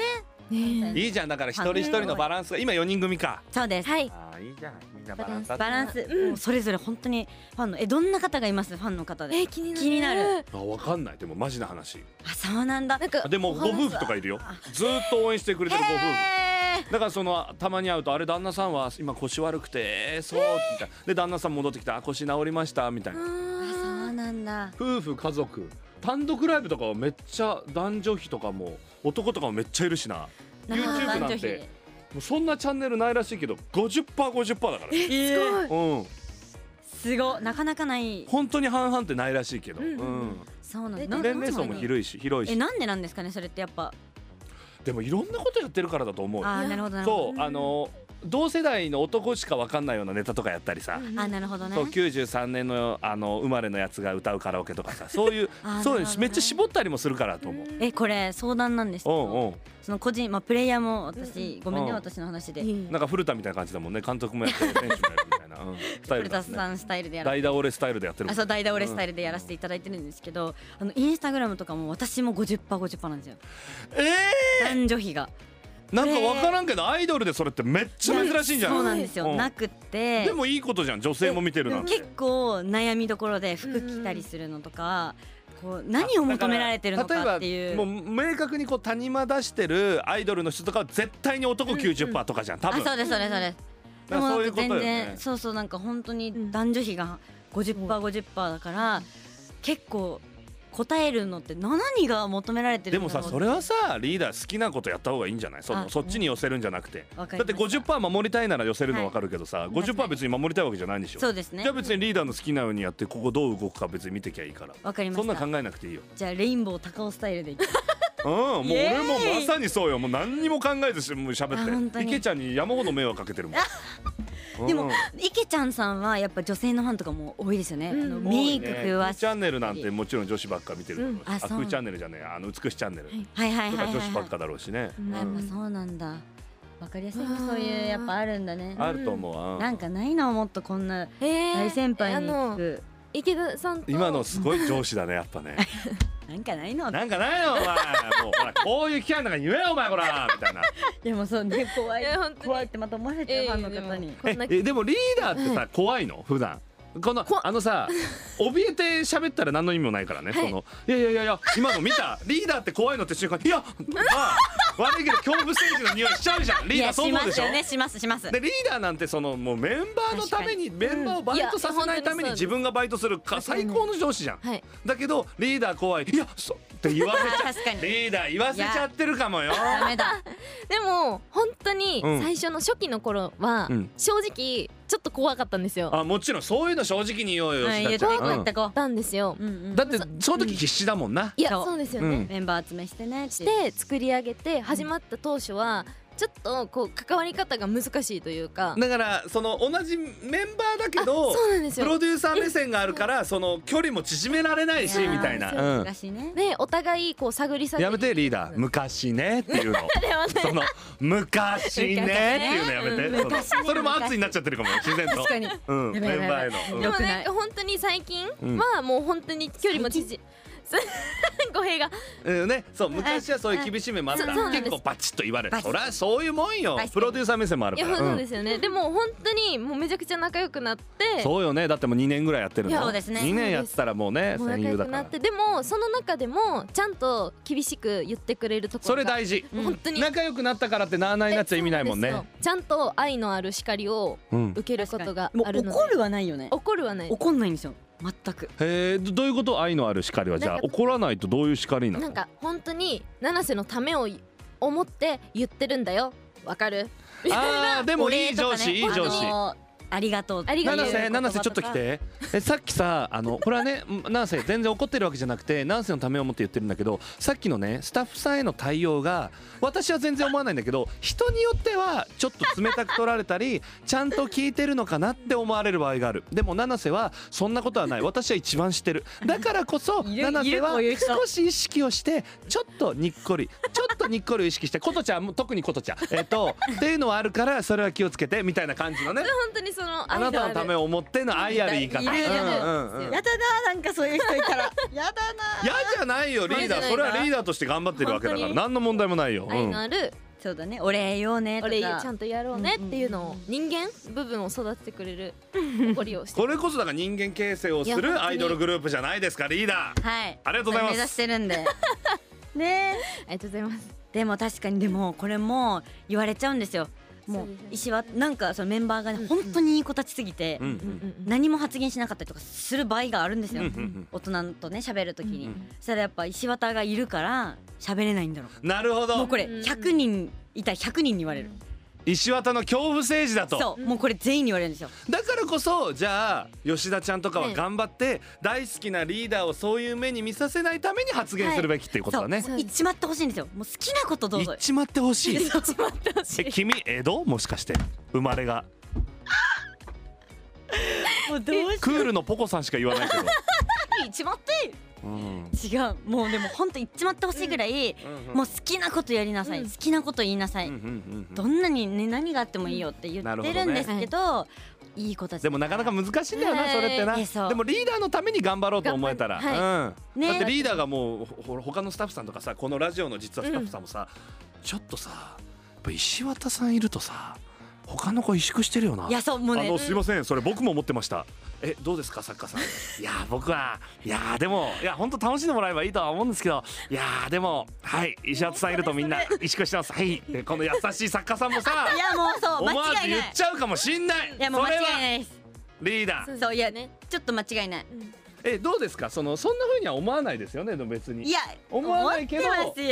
Speaker 1: ね
Speaker 3: いじゃんだから一人一人のバランスが今四人組か
Speaker 2: そうです
Speaker 1: はい
Speaker 3: あーいいじゃんみんなバランスだ
Speaker 2: バランスもうそれぞれ本当にファンのえどんな方がいますファンの方で
Speaker 1: え気になる
Speaker 2: 気になる
Speaker 3: あわかんないでもマジな話
Speaker 2: あそうなんだ
Speaker 1: なんか
Speaker 3: あでもご夫婦とかいるよずーっと応援してくれてるご夫婦
Speaker 2: え
Speaker 3: だからそのたまに会うと「あれ旦那さんは今腰悪くてえーそう」みたいなで旦那さん戻ってきて「あ腰治りました」みたい
Speaker 1: あ
Speaker 3: な
Speaker 2: ーあ
Speaker 1: ー
Speaker 2: そうなんだ
Speaker 3: 夫婦家族単独ライブとかはめっちゃ男女比とかも男とかもめっちゃいるしな
Speaker 2: なるほど
Speaker 3: YouTube なん
Speaker 2: 男女
Speaker 3: て
Speaker 2: 比
Speaker 3: もうそんなチャンネルないらしいけど 50%50% だからね
Speaker 2: えー
Speaker 3: うん
Speaker 2: すごいなかなかない
Speaker 3: 本当に半々ってないらしいけど、う
Speaker 1: うんうんうん
Speaker 3: ん、
Speaker 2: そうなんだ
Speaker 1: え
Speaker 2: な
Speaker 3: 年齢層も
Speaker 2: なんで
Speaker 3: 広いし広い
Speaker 2: え
Speaker 3: し
Speaker 2: なんでなんですかねそれってやっぱ
Speaker 3: でもいろんなことやってるからだと思うよ
Speaker 2: あーなるほどなるほど
Speaker 3: そうあの同世代の男しか分かんないようなネタとかやったりさ、
Speaker 1: うん
Speaker 2: あなるほどね
Speaker 3: そう93年のあの生まれのやつが歌うカラオケとかさそういう
Speaker 2: あー
Speaker 3: そう
Speaker 2: なる
Speaker 3: で
Speaker 2: ほ
Speaker 3: す
Speaker 2: ど
Speaker 3: め
Speaker 2: ね
Speaker 3: っちゃ絞ったりもするからと思う。
Speaker 2: えこれ相談なんですけど
Speaker 3: うんうん
Speaker 2: その個人まあプレイヤーも私、ごめんね
Speaker 3: うん
Speaker 2: 私の話で、
Speaker 3: なんか古田みたいな感じだもんね監督もやってる選手もやるみたいな、うん、スタイ
Speaker 2: 古
Speaker 3: ル
Speaker 2: 田
Speaker 3: だもんね
Speaker 2: さんスタイルでやら
Speaker 3: 代打俺スタイルでやってるも
Speaker 2: あ
Speaker 3: ん
Speaker 2: そう代打俺スタイルでやらせていただいてるんですけど、あのインスタグラムとかも私も 50%50% なんですよ
Speaker 3: え
Speaker 2: 男女比が
Speaker 3: ー、なんか分からんけどアイドルでそれってめっちゃ珍しいんじゃない
Speaker 2: そうなんですよ、
Speaker 3: うん
Speaker 2: なくって
Speaker 3: でもいいことじゃん女性も見てるなんて
Speaker 2: 結構悩みどころで服着たりするのとか、こう何を求められてるのかっていう
Speaker 3: 例えばもう明確にこう谷間出してるアイドルの人とかは絶対に男90%とかじゃん多分、
Speaker 2: あそうですそうですそうです、でも
Speaker 3: だから
Speaker 2: な
Speaker 3: そういうんこ
Speaker 2: か
Speaker 3: とよ
Speaker 2: 全
Speaker 3: ね
Speaker 2: 然そうそうなんか本当
Speaker 1: う
Speaker 2: に
Speaker 1: ん
Speaker 2: 男女比が 50%50% だから、結構答えるのってな何が求められて
Speaker 3: で
Speaker 2: るん
Speaker 3: も
Speaker 2: だろう
Speaker 3: さそれはさリーダー好きなことやった方がいいんじゃないその
Speaker 2: あ
Speaker 3: そっちに寄せるんじゃなくてだ
Speaker 2: わ
Speaker 3: っ
Speaker 2: か
Speaker 3: て
Speaker 2: りました
Speaker 3: 50%守りたいなら寄せるの
Speaker 2: はい
Speaker 3: 分かるけどさ
Speaker 2: 確かに
Speaker 3: 50%別に守りたいわけじゃないんでしょ
Speaker 2: そうですね
Speaker 3: じゃあ別にリーダーの好きなようにやってここどう動くか別に見てきゃいいから
Speaker 2: わかりま
Speaker 3: そ
Speaker 2: し
Speaker 3: んな
Speaker 2: た
Speaker 3: 考えなくていいよ
Speaker 2: じゃあレインボー高尾スタイルでいって
Speaker 3: うんもう
Speaker 2: イエーイ
Speaker 3: 俺もまさにそうよもう何にも考えずしもう
Speaker 2: あ
Speaker 3: 喋っ
Speaker 2: 本
Speaker 3: て
Speaker 2: 当に
Speaker 3: 池ちゃんに山ほど迷惑かけてるもんうん
Speaker 2: でも池ちゃんさんはやっぱ女性のファンとかも多いですよね、
Speaker 1: うん
Speaker 2: あのメイク詳しい
Speaker 3: チャンネルなんてもちろん女子ばっか見てるだろうし、
Speaker 1: うん
Speaker 2: あ
Speaker 3: あ
Speaker 2: そう
Speaker 3: クーチャンネルじゃねえあの美しチャンネル
Speaker 1: はい
Speaker 2: はいはい
Speaker 3: と
Speaker 2: はい
Speaker 3: か
Speaker 2: はい、
Speaker 3: 女子ばっ
Speaker 2: は
Speaker 3: かだろうしね、
Speaker 1: うん
Speaker 2: い、やっぱ
Speaker 3: う
Speaker 2: そうなんだわかりやすいね
Speaker 1: うん
Speaker 2: そういうやっぱあるんだね
Speaker 3: んあると思う、うん
Speaker 2: なんかないなもっとこんな
Speaker 1: えー
Speaker 2: 大先輩に
Speaker 1: あ
Speaker 2: 聞
Speaker 1: の
Speaker 2: く
Speaker 1: 池田さんと
Speaker 3: 今のすごい上司だねやっぱね
Speaker 2: なんかないの
Speaker 3: なんかないよお前もうほらこういう機会なんか言えよお前こらみたいな
Speaker 2: でもそう ね怖い
Speaker 1: いや本当に
Speaker 2: 怖いってまた思われちゃう
Speaker 1: い
Speaker 2: フ
Speaker 1: や
Speaker 2: ァ
Speaker 1: い
Speaker 2: ン
Speaker 1: や
Speaker 2: の方に
Speaker 1: こんな
Speaker 3: ええでもリーダーってさ怖いの普段この
Speaker 1: こ
Speaker 3: あのさ怯えて喋ったら何の意味もないからね、
Speaker 1: はい
Speaker 3: そのいやいやいやいや今の見たリーダーって怖いのって瞬間いや、まあ、悪いけど恐怖政治の匂いしちゃうじゃんリ
Speaker 2: い
Speaker 3: ーダー
Speaker 2: や
Speaker 3: そう
Speaker 2: し
Speaker 3: 思
Speaker 2: ま
Speaker 3: うでし
Speaker 2: す
Speaker 3: ょ
Speaker 2: よねしますします
Speaker 3: でリーダーなんてそのもうメンバーのためにメンバーをバイトさせな
Speaker 1: いや本
Speaker 3: いため
Speaker 1: 当にそう
Speaker 3: に
Speaker 1: です
Speaker 3: 自分がバイトするか最高の上司じゃん、
Speaker 1: はい
Speaker 3: だけどリーダー怖いいやそうって言わせちゃ
Speaker 2: 確 かに
Speaker 3: うリーダー言わせちゃってるかもよ
Speaker 2: ダメだ
Speaker 1: でも本当に
Speaker 3: うん
Speaker 1: 最初の初期の頃は
Speaker 3: うん
Speaker 1: 正直ちょっと怖かったんですよ。
Speaker 3: あもちろんそういうの正直に言おうよ
Speaker 2: うん
Speaker 3: 吉
Speaker 2: 言っ
Speaker 3: 田
Speaker 2: て
Speaker 3: ちゃん
Speaker 2: こう言ってこ
Speaker 1: たんですよ
Speaker 2: う。うんうん
Speaker 3: だってその時必死だもんな、
Speaker 1: いや
Speaker 2: そう
Speaker 1: そうですよね。
Speaker 2: メンバー集めしてねって
Speaker 1: し
Speaker 2: い
Speaker 1: て
Speaker 2: う
Speaker 1: 作り上げて始まった当初はちょっとこう関わり方が難しいというか。
Speaker 3: だからその同じメンバーだけど
Speaker 1: そうなんです
Speaker 3: プロ
Speaker 1: よ。
Speaker 3: デューサー目線があるからその距離も縮められないし
Speaker 2: いやー
Speaker 3: みたいな、うん
Speaker 2: 昔ね
Speaker 1: でお互いこう探り探り。
Speaker 3: やめてリーダー昔ねっていうのその昔ねっていうのやめて、
Speaker 2: うん昔
Speaker 3: そのそれも圧になっちゃってるかもよ自然と
Speaker 2: 確かに
Speaker 3: うん、メ
Speaker 2: や
Speaker 3: ン
Speaker 2: ばいやばい
Speaker 3: バーへの、
Speaker 1: で
Speaker 3: うん
Speaker 1: もなんか本当に最近
Speaker 3: うん
Speaker 1: はもう本当に距離も縮 語弊が
Speaker 3: うんね、そう昔はそういう厳しい目もあった
Speaker 1: そうそうなんです
Speaker 3: 結構バチッと言われる
Speaker 2: バチッ
Speaker 3: そりゃそういうもんよ
Speaker 2: 確かに
Speaker 3: プロデューサー目線もある
Speaker 1: い
Speaker 3: か
Speaker 1: や
Speaker 3: ら
Speaker 1: そう
Speaker 3: う
Speaker 1: で
Speaker 3: ん
Speaker 1: すよね。でも本当にもうめちゃくちゃ仲良くなって。
Speaker 3: そうよねだってもう2年ぐらいやってる
Speaker 1: い
Speaker 3: の
Speaker 1: やそう
Speaker 2: ですね
Speaker 3: 2年やってたらもうね
Speaker 1: もう
Speaker 3: 戦
Speaker 1: 仲
Speaker 3: 友
Speaker 1: 良
Speaker 3: だ
Speaker 1: く
Speaker 3: か
Speaker 1: な
Speaker 3: ら
Speaker 1: ってでもその中でもちゃんと厳しく言ってくれるところ
Speaker 3: それ
Speaker 1: が
Speaker 3: 大事、
Speaker 2: うん
Speaker 1: 本当に
Speaker 3: 仲良くなったからってなあなあになっちゃ意味ないもんね
Speaker 1: そうですよちゃんと愛のある叱りを
Speaker 3: うん、
Speaker 1: 受けることが
Speaker 2: も
Speaker 1: あ
Speaker 2: う
Speaker 1: るので
Speaker 2: 怒るはないよね
Speaker 1: 怒るはない
Speaker 2: 怒んないんですよ全く
Speaker 3: へえどどういうこと愛のある叱りはじゃあ
Speaker 1: なんか
Speaker 3: 怒らないとどういう叱りなの
Speaker 1: なんか本当に七瀬のためを思って言ってるんだよわかる
Speaker 3: あーでもいい上司、いい上司
Speaker 2: あのーありがとう
Speaker 1: ありがとう
Speaker 3: 七瀬七瀬ちょっと来てえさっきさあのこれはねん七瀬全然怒ってるわけじゃなくて七瀬のためを思って言ってるんだけどさっきのねスタッフさんへの対応が私は全然思わないんだけど人によってはちょっと冷たく取られたりちゃんと聞いてるのかなって思われる場合があるでも七瀬はそんなことはない私は一番知ってるだからこそ
Speaker 2: いる
Speaker 3: 七
Speaker 2: い
Speaker 3: 瀬
Speaker 2: るこ
Speaker 3: は
Speaker 2: ういう人
Speaker 3: 少し意識をしてちょっとにっこりちょっとにっこりを意識してことちゃんも特にことちゃんえっとっていうのはあるからそれは気をつけてみたいな感じのね
Speaker 1: 本当にその
Speaker 3: あなたのため
Speaker 1: を
Speaker 3: を思っての愛ある言い方。
Speaker 2: いるいる
Speaker 3: うんうんうん
Speaker 2: やだななんかそういう人いたら やだな
Speaker 3: 嫌じゃないよリー
Speaker 1: 嫌じゃな
Speaker 3: ダー
Speaker 1: いな
Speaker 3: それはリーダーとして頑張ってるわけだか
Speaker 1: 本
Speaker 3: ら
Speaker 1: 当
Speaker 3: 何の問題もないよ、う
Speaker 1: 愛の
Speaker 3: ん、
Speaker 1: ある
Speaker 2: そうだねお礼言おうねとか
Speaker 1: 俺ちゃんとやろうねっていうのを人間部分を育ててくれ る誇りをして
Speaker 3: これこそだから人間形成をす
Speaker 1: いや本当に
Speaker 3: るアイドルグループじゃないですかリーダー
Speaker 2: はい
Speaker 3: ありがとうございます
Speaker 2: 目指してるん でねえ
Speaker 1: ありがとうございます
Speaker 2: でも確かにでもこれも言われちゃうんですよも
Speaker 1: そ
Speaker 2: う
Speaker 1: うですね
Speaker 2: 石はなんかそのメンバーが
Speaker 1: うん
Speaker 2: ね本当にいい子たちすぎて
Speaker 3: うんう
Speaker 1: うんうん
Speaker 3: ん
Speaker 1: うん
Speaker 2: 何も発言しなかったりとかする場合があるんですよ
Speaker 3: うんうんうん
Speaker 2: 大人とね喋るとき
Speaker 1: う
Speaker 2: に
Speaker 1: ん
Speaker 2: そしたらやっぱ石綿がいるから喋れないんだろ
Speaker 3: なるほ
Speaker 2: うもう
Speaker 3: ど
Speaker 2: これ
Speaker 1: うん
Speaker 2: 100人いたら100人に言われる
Speaker 3: 石渡の恐怖政治だ
Speaker 2: そ
Speaker 3: と
Speaker 2: うもうこれ全員に言われるんですよ
Speaker 3: だからこそじゃあ吉田ちゃんとかは
Speaker 1: ね
Speaker 3: 頑張って大好きなリーダーをそういう目に見させないために発言するべきっていうことだね、
Speaker 2: そうもう言っちまってほしいんですよもう好きなことどう
Speaker 3: 言
Speaker 2: ぞ
Speaker 3: っちまってほしい
Speaker 1: 言っちま ってほし
Speaker 3: え
Speaker 1: い
Speaker 3: 君江戸もしかして生まれが
Speaker 2: もうどうし
Speaker 3: クールのポコさんしか言わないけど、
Speaker 2: 言っちまって
Speaker 3: うん
Speaker 2: 違うもうでも本当言っちまってほしいぐらい、もう好きなことやりなさい、
Speaker 1: うん
Speaker 2: 好きなこと言いなさい、
Speaker 3: うんうんうんうん
Speaker 2: どんなにね何があってもいいよって言
Speaker 3: なる
Speaker 2: っ
Speaker 3: ほ
Speaker 2: てる
Speaker 3: どね
Speaker 2: んですけど、いい子たち
Speaker 3: でもなかなか難しいんだよな、
Speaker 1: はい
Speaker 3: それって
Speaker 2: いやそ
Speaker 3: な
Speaker 2: う
Speaker 3: でもリーダーのために頑張ろうと思えたら、
Speaker 1: 頑
Speaker 3: うん
Speaker 2: ね
Speaker 3: だってリーダーがもうほほ他のスタッフさんとかさこのラジオの実はスタッフさんもさ、ちょっとさやっぱ石渡さんいるとさ他の子萎縮してるよない
Speaker 2: やそうもう
Speaker 3: あ
Speaker 2: ね
Speaker 3: のすいませんそれ僕も思ってましたえどうですか作家さんいや僕はいやでもいや本当楽しんでもらえばいいとは思うんですけどいやでもはい石渡さんいるとみんな萎縮してますはいでこの優しい作家さんもさ
Speaker 2: いやもうそう
Speaker 3: 思わ
Speaker 2: 間
Speaker 3: ず
Speaker 2: 違いな
Speaker 3: 言
Speaker 2: い
Speaker 3: っちゃうかもしんない
Speaker 2: いやもう
Speaker 3: そ
Speaker 2: 間
Speaker 3: れ
Speaker 2: 違い
Speaker 3: は
Speaker 2: ないです
Speaker 3: リーダー
Speaker 1: そう
Speaker 2: そういや
Speaker 1: ね
Speaker 2: ちょっと間違いない
Speaker 1: うん
Speaker 3: えどうですかそのそんな風には思わないですよねでも別に
Speaker 2: いや
Speaker 3: 思わないけど
Speaker 2: 思ってますよ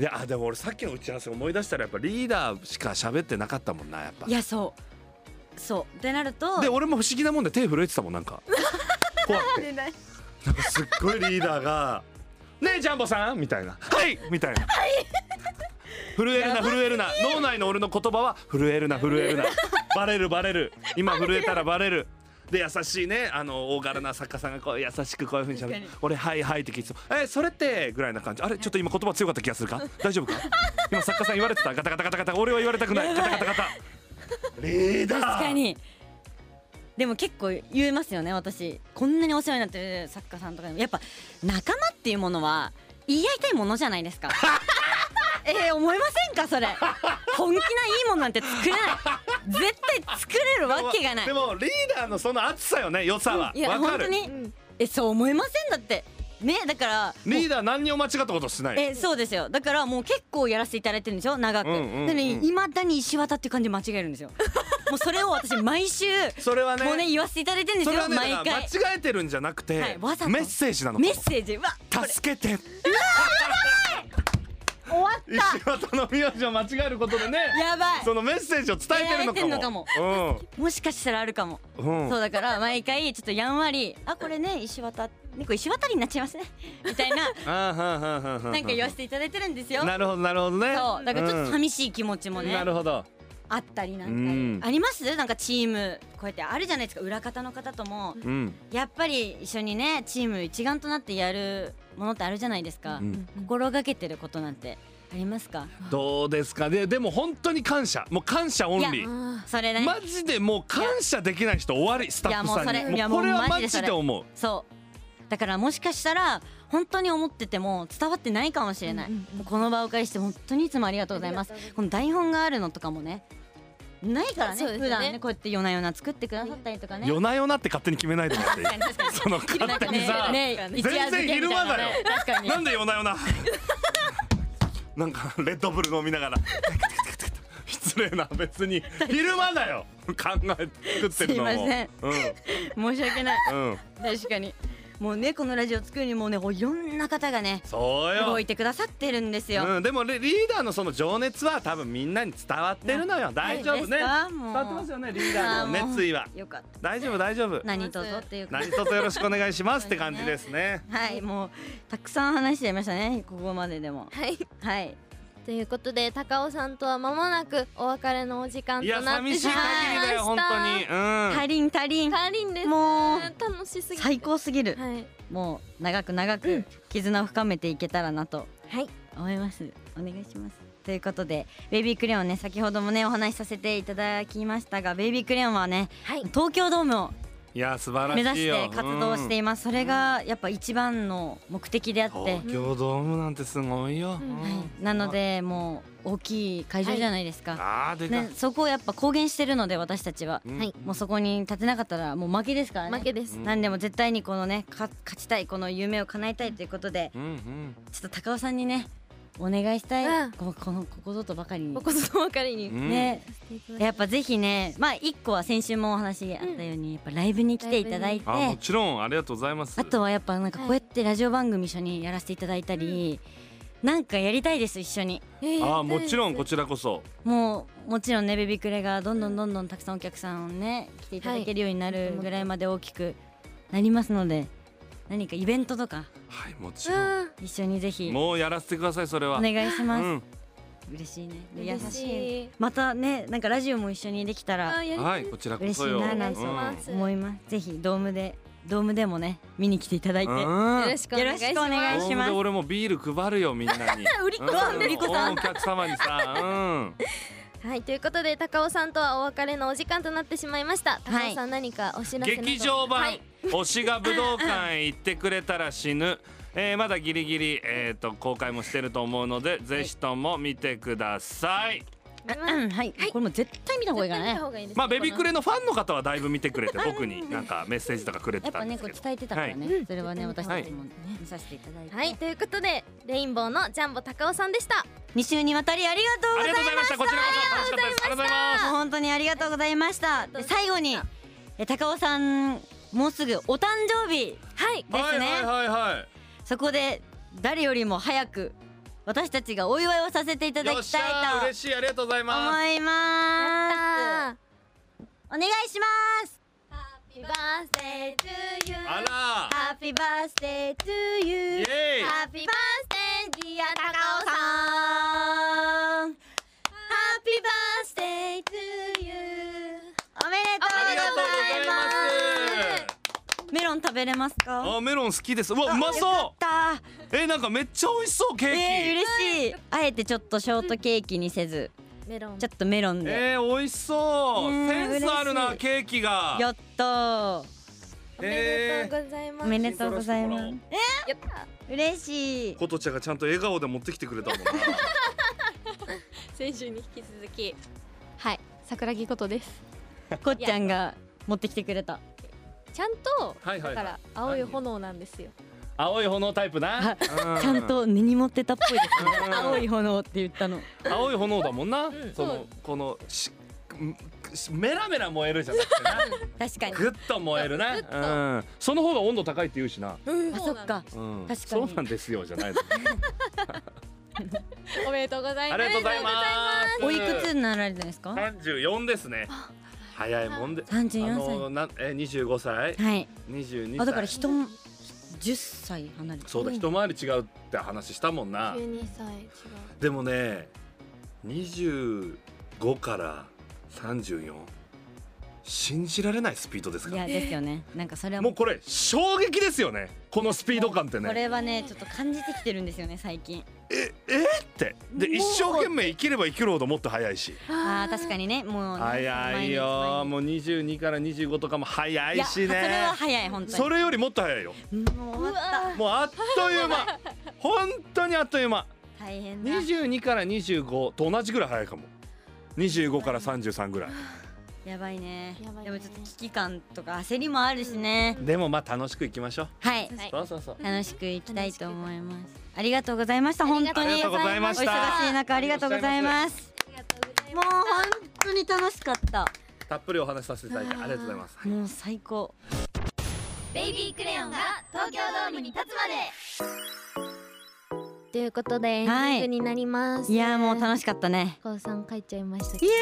Speaker 3: いやでも俺さっきの打ち合わせ思い出したらやっぱリーダーしか喋ってなかったもんなやっぱ
Speaker 2: いやそうそうってなると
Speaker 3: で俺も不思議なもんで手震えてたもんな んか怖くて
Speaker 2: ない
Speaker 3: なんかすっごいリーダーが「ねえジャンボさん」みたいな「はい!」みたいな「震えるな震えるな」脳内の俺の言葉は「震えるな震えるな」バレるバレる今震えたらバレるで優しいねあの大柄な作家さんがこう優しくこういうふうにしゃべる
Speaker 2: 確
Speaker 3: 俺「はいはい」って聞いてたえそれって」ぐらいな感じあれちょっと今言葉強かった気がするか 大丈夫か今作家さん言われてたガタガタガタガタ俺は言われたくないガタガタガタレーダー
Speaker 2: 確かにでも結構言えますよね私こんなにお世話になってる作家さんとかでもやっぱ仲間っていうものは言い合いたいものじゃないです かえー、思いませんかそれ本気ないいものなんて作れない絶対作れるわけがない
Speaker 3: でもでもリーダーのその熱さよね良さはい
Speaker 2: や
Speaker 3: わか
Speaker 2: 本当
Speaker 3: る
Speaker 2: に、えそう思いませんだってねだから
Speaker 3: リーダー何にも間違ったことしてない
Speaker 2: えそうですよだからもう結構やらせていただいてるんでしょ長く
Speaker 3: うん
Speaker 2: な
Speaker 3: うんうん
Speaker 2: のにいまだに石渡っていう感じ間違えるんです よもうそれを私毎週
Speaker 3: それはね
Speaker 2: もうね言わせていただいてるんで
Speaker 3: そ
Speaker 2: すよ
Speaker 3: れはねだ
Speaker 2: 毎
Speaker 3: から
Speaker 2: 回
Speaker 3: 間違えてるんじゃなくて、
Speaker 2: はいわざと
Speaker 3: メッセージなの
Speaker 2: メッセージうわ
Speaker 3: 助けて
Speaker 2: 終わった
Speaker 3: 石渡の名字を間違えることでね
Speaker 2: やばい
Speaker 3: そのメッセージを伝えてる
Speaker 2: 伝
Speaker 3: のかも
Speaker 2: えてんのかももしかしたらあるかも、
Speaker 3: うん、うん、
Speaker 2: そうだから毎回ちょっとやんわりあこれね石渡猫石渡りになっちゃいますねみたいな
Speaker 3: あーはんはんはんはんはん
Speaker 2: なんか言わせていただいてるんですよ
Speaker 3: なるほどなるほどね
Speaker 2: そうだからちょっと寂
Speaker 3: み
Speaker 2: しい気持ちもね、
Speaker 3: なるほど
Speaker 2: あったりな
Speaker 3: うんん
Speaker 2: かありますなんかチームこうやってあるじゃないですか裏方の方とも
Speaker 3: うん
Speaker 2: やっぱり一緒にねチーム一丸となってやるものってあるじゃないですか、
Speaker 3: うん
Speaker 2: 心がけてることなんてありますか
Speaker 3: どうですかねでも本当に感謝もう感謝オンリ
Speaker 2: い
Speaker 3: ー
Speaker 2: それね、
Speaker 3: マジでもう感謝できない人終わりスタッフさん
Speaker 2: いやもうそれい
Speaker 3: に
Speaker 2: や
Speaker 3: もうこれ
Speaker 2: も
Speaker 3: は
Speaker 2: うマ
Speaker 3: マ
Speaker 2: ジでそ
Speaker 3: ジ
Speaker 2: れ
Speaker 3: で思う
Speaker 2: そうだからもしかしたら本当に思ってても伝わってないかもしれな
Speaker 1: う
Speaker 2: い、
Speaker 1: んうんうん
Speaker 2: もうこの場をお借りして本当にいつもありがとうございます
Speaker 1: ありがとう
Speaker 2: この台本があるのとかもねないからね
Speaker 1: そうですね
Speaker 2: 普段ねこうやって夜な夜な作ってくださったりとかね
Speaker 3: 夜な夜なって勝手に決めないでもらっていい
Speaker 2: 確かに
Speaker 3: その
Speaker 2: 昼
Speaker 3: 勝手に
Speaker 2: ね
Speaker 3: さ、
Speaker 2: ね一夜漬けみたいなね
Speaker 3: 全然昼間だよ
Speaker 2: 確かに
Speaker 3: なんで夜な夜ななんかレッドブル飲みながら失礼な別に昼間だよ考え作ってるのも
Speaker 2: すいません申し訳ない
Speaker 3: うん、うん、
Speaker 2: 確かにもうねこのラジオ作るにもねこういろんな方がね
Speaker 3: そうよ
Speaker 2: 動いてくださってるんですよ、
Speaker 3: うん、でもリリーダーのその情熱は多分みんなに伝わってるのよ大丈夫ね
Speaker 2: ですかもう
Speaker 3: 伝わってますよねリーダーの熱意は
Speaker 2: よかった
Speaker 3: 大丈夫大丈夫
Speaker 2: 何卒っていうか
Speaker 3: 何卒よろしくお願いしますって感じですね
Speaker 2: はいもうたくさん話しちゃいましたねここまででも
Speaker 1: はい
Speaker 2: はい
Speaker 1: ということで高尾さんとは間もなくお別れのお時間
Speaker 3: い
Speaker 1: と
Speaker 3: や
Speaker 1: なって
Speaker 3: 寂し
Speaker 1: し
Speaker 3: い
Speaker 1: まいました
Speaker 3: 限りだよ本当にうん
Speaker 2: 足りん足りん
Speaker 1: 足りんですね
Speaker 2: もう
Speaker 1: 楽しすぎて
Speaker 2: 最高すぎる
Speaker 1: はい
Speaker 2: もう長く長く絆を深めていけたらなと
Speaker 1: はい
Speaker 2: 思いますお願いしますということで「ベイビークレヨンね」先ほどもねお話しさせていただきましたが「ベイビークレヨン」はね
Speaker 1: はい
Speaker 2: 東京ドームを
Speaker 3: いや素晴らし
Speaker 2: 目
Speaker 3: いよ
Speaker 2: 指して活動しています、それがやっぱ一番の目的であって、
Speaker 3: うん
Speaker 2: はい
Speaker 3: 東京ドームなんてすごいよ、
Speaker 1: ん
Speaker 2: なのでもう大きい会場じゃないですか、
Speaker 3: ああでかい、
Speaker 2: ね、そこをやっぱ公言してるので私たちは、
Speaker 3: うん
Speaker 1: はい
Speaker 2: もうそこに立てなかったらもう負けですからね
Speaker 1: 負けです
Speaker 3: うん
Speaker 2: なんでも絶対にこのねか勝ちたいこの夢を叶えたいということで
Speaker 3: うんうん
Speaker 2: ちょっと高尾さんにねお願いしたい、
Speaker 1: うん
Speaker 2: ここのここぞとばかりに
Speaker 1: おこそばかりに
Speaker 3: うん
Speaker 2: ね、やっ
Speaker 1: ぱ
Speaker 2: ぱぜひねまあ一個は先週もお話あったように、やっぱライブに来ていただいて
Speaker 3: あもちろんありがとうございます
Speaker 2: あとはやっぱなんかこうやってラジオ番組一緒にやらせていただいたり、なんかやりたいです一緒に
Speaker 3: あもちろんこちらこそ
Speaker 2: もうもちろんねベビクレがどんどんどんどんたくさんお客さんをね来ていただけるようになるぐらいまで大きくなりますので何かイベントとか
Speaker 3: はいもち
Speaker 1: う
Speaker 3: ろん、
Speaker 1: ん
Speaker 2: 一緒にぜひ
Speaker 3: もうやらせてくださいそれは
Speaker 2: お願いします、
Speaker 3: うん
Speaker 2: 嬉しいね優
Speaker 1: 嬉
Speaker 2: し
Speaker 1: し
Speaker 2: い
Speaker 1: い
Speaker 2: またねなんかラジオも一緒にできた
Speaker 1: あ
Speaker 2: ら
Speaker 1: やり
Speaker 3: は
Speaker 1: た
Speaker 3: い、
Speaker 1: い
Speaker 3: こちらこ
Speaker 2: 嬉し
Speaker 3: そ
Speaker 2: い
Speaker 3: よ。
Speaker 2: な
Speaker 1: お願
Speaker 2: なん
Speaker 1: い
Speaker 2: て
Speaker 1: します
Speaker 2: 思いますぜひドームでドームでもね見に来ていただいて
Speaker 3: うん
Speaker 1: よろしくお願いします
Speaker 2: よろしくお願い
Speaker 3: ドームで俺もビール配るよみんな に。売り子
Speaker 2: さんです売り子さん
Speaker 3: お客様にさ、うん。
Speaker 1: はいということで高尾さんとはお別れのお時間となってしまいました
Speaker 2: い
Speaker 1: 高尾さん何かお知らせなど
Speaker 3: 劇場版、
Speaker 1: はい
Speaker 3: 推しが武道館へ行ってくれたら死ぬ。えー、まだギリギリ、えー、と公開もしてると思うのでぜひとも見てください、
Speaker 2: うんはい、これもう絶対見た方がいいから
Speaker 1: 見
Speaker 2: ね
Speaker 1: た方がいいですね
Speaker 3: まあベビクレのファンの方はだいぶ見てくれて僕になんかメッセージとかくれ
Speaker 2: や
Speaker 3: て
Speaker 2: っぱ
Speaker 3: たんで
Speaker 2: ね
Speaker 3: す
Speaker 2: こ
Speaker 3: け
Speaker 2: う
Speaker 3: ど
Speaker 2: 伝えてたからね、それはね私たちもね、見させていただいて、
Speaker 1: はいということでレインボーのジャンボ高尾さんでした
Speaker 2: 2週にわたりありがとうご
Speaker 3: あ
Speaker 2: ざ
Speaker 3: り
Speaker 2: い
Speaker 3: がとうござい
Speaker 2: ま
Speaker 3: ま
Speaker 2: し
Speaker 3: したたこちらこそ楽しかったですありがとうございます
Speaker 2: もう 本当にありがとうございましたで最後にえ高尾さんもうすぐお誕生日
Speaker 1: はい
Speaker 2: ですね
Speaker 3: はいはいはい
Speaker 2: そこで誰よりも早く私たちがお祝いをさせていた
Speaker 3: は
Speaker 2: だ
Speaker 3: いよっ
Speaker 2: き
Speaker 3: した
Speaker 2: い
Speaker 3: ゃ嬉
Speaker 2: と
Speaker 3: しいありがとうござい
Speaker 2: 思
Speaker 3: ます
Speaker 2: いますお願いします
Speaker 1: バースデートゥーユー
Speaker 3: あら
Speaker 2: Happy birthday to you
Speaker 3: イエーイ
Speaker 2: Happy birthday dear 高尾さん Happy birthday to you おめでと
Speaker 3: ありがとうござい
Speaker 2: ますメロン食べれますか
Speaker 3: ます。あメロン好きです。うわうま
Speaker 2: よ
Speaker 3: そ
Speaker 2: かった
Speaker 3: う。えなんかめっちゃ美味しそうケーキ。
Speaker 2: えー、嬉しいあえてちょっとショートケーキにせず
Speaker 1: メロン
Speaker 2: ちょっとメロンで、
Speaker 3: えー、美味しそう、
Speaker 2: ねえ
Speaker 3: センスあ
Speaker 2: 嬉
Speaker 3: る
Speaker 2: し
Speaker 3: ないケーキが
Speaker 2: やったー
Speaker 1: おめでとうございま
Speaker 2: お
Speaker 1: す、
Speaker 2: めでとうございます
Speaker 1: やった
Speaker 2: 嬉しい
Speaker 3: 琴ちゃんがちゃんと笑顔で持ってきてくれたもんな
Speaker 1: 先週に引き続き
Speaker 5: はい桜木ことです
Speaker 2: こっちゃんが持ってきてくれた
Speaker 5: ちゃんと、
Speaker 3: はいはいはい
Speaker 5: だから青い炎なんですよ
Speaker 3: 青い炎タイプな
Speaker 2: あ
Speaker 3: ち
Speaker 2: ちゃんと根に持ってたっぽいですね
Speaker 3: うん
Speaker 2: 青い炎って言ったの
Speaker 3: 青い炎だもんな、
Speaker 1: ん
Speaker 3: そ
Speaker 5: そ
Speaker 3: の
Speaker 5: う
Speaker 3: このしんメラメラ燃えるじゃなくてな
Speaker 2: 確かに
Speaker 3: グッと燃えるな、うん、その方が温度高いって言うしな、
Speaker 5: うん
Speaker 2: あそっか
Speaker 3: うん、
Speaker 2: 確かに
Speaker 3: そうなんですよじゃないの
Speaker 5: おめでとうござい
Speaker 3: あ
Speaker 5: ます
Speaker 3: りがとうございます
Speaker 2: おいくつになられたんですか
Speaker 3: 三十四ですね早いもんで
Speaker 2: 34
Speaker 3: あ
Speaker 2: 歳
Speaker 3: のなえ二十五歳
Speaker 2: はい
Speaker 3: 二十二歳
Speaker 2: あだから人も10歳離れて
Speaker 3: そうだ一回り違うって話したもんな
Speaker 5: 12歳違う
Speaker 3: でもね25から34信じられないスピードです
Speaker 2: い
Speaker 3: か
Speaker 2: や
Speaker 3: ら
Speaker 2: ですよねなんかそれは
Speaker 3: もうこれ衝撃ですよねこのスピード感って
Speaker 2: こ
Speaker 3: ね
Speaker 2: れはねちょっと感じてきてるんですよね最近
Speaker 3: ええってで
Speaker 2: もう
Speaker 3: 一生懸命生きれば生きるほどもっと早いし
Speaker 2: あー確かにねもうね
Speaker 3: 早いよもう22から25とかも早
Speaker 2: 毎
Speaker 3: い
Speaker 2: 日毎日
Speaker 3: し
Speaker 2: いやそれ
Speaker 3: ね
Speaker 2: は早い本当に
Speaker 3: それよりもっと早いよ
Speaker 2: もう終わっ
Speaker 3: もうあっとい う間本当にあっという間
Speaker 2: た大変だ
Speaker 3: 22から25と同じぐらい早いかも25から33ぐらい
Speaker 2: やばいね
Speaker 5: やばいね
Speaker 2: でもちょっと危機感とか焦りもあるしね、
Speaker 3: でもまあ楽しくいきましょう
Speaker 2: はい
Speaker 1: はい
Speaker 3: そうそうそう
Speaker 2: 楽しくいきたいと思いますありがとうございました本当
Speaker 3: あり
Speaker 2: に
Speaker 3: がとうございま
Speaker 2: お
Speaker 3: した
Speaker 2: 忙しい中ありがとうございますもう本当に楽しかった
Speaker 3: たっぷりお話しさせていただいてありがとうございます
Speaker 2: もう最高
Speaker 4: ベイビークレヨンが東京ドームに立つまで
Speaker 1: ということでエンディングになります、
Speaker 2: いやーもう楽しかったね
Speaker 1: 高さん帰っちゃいました
Speaker 2: いや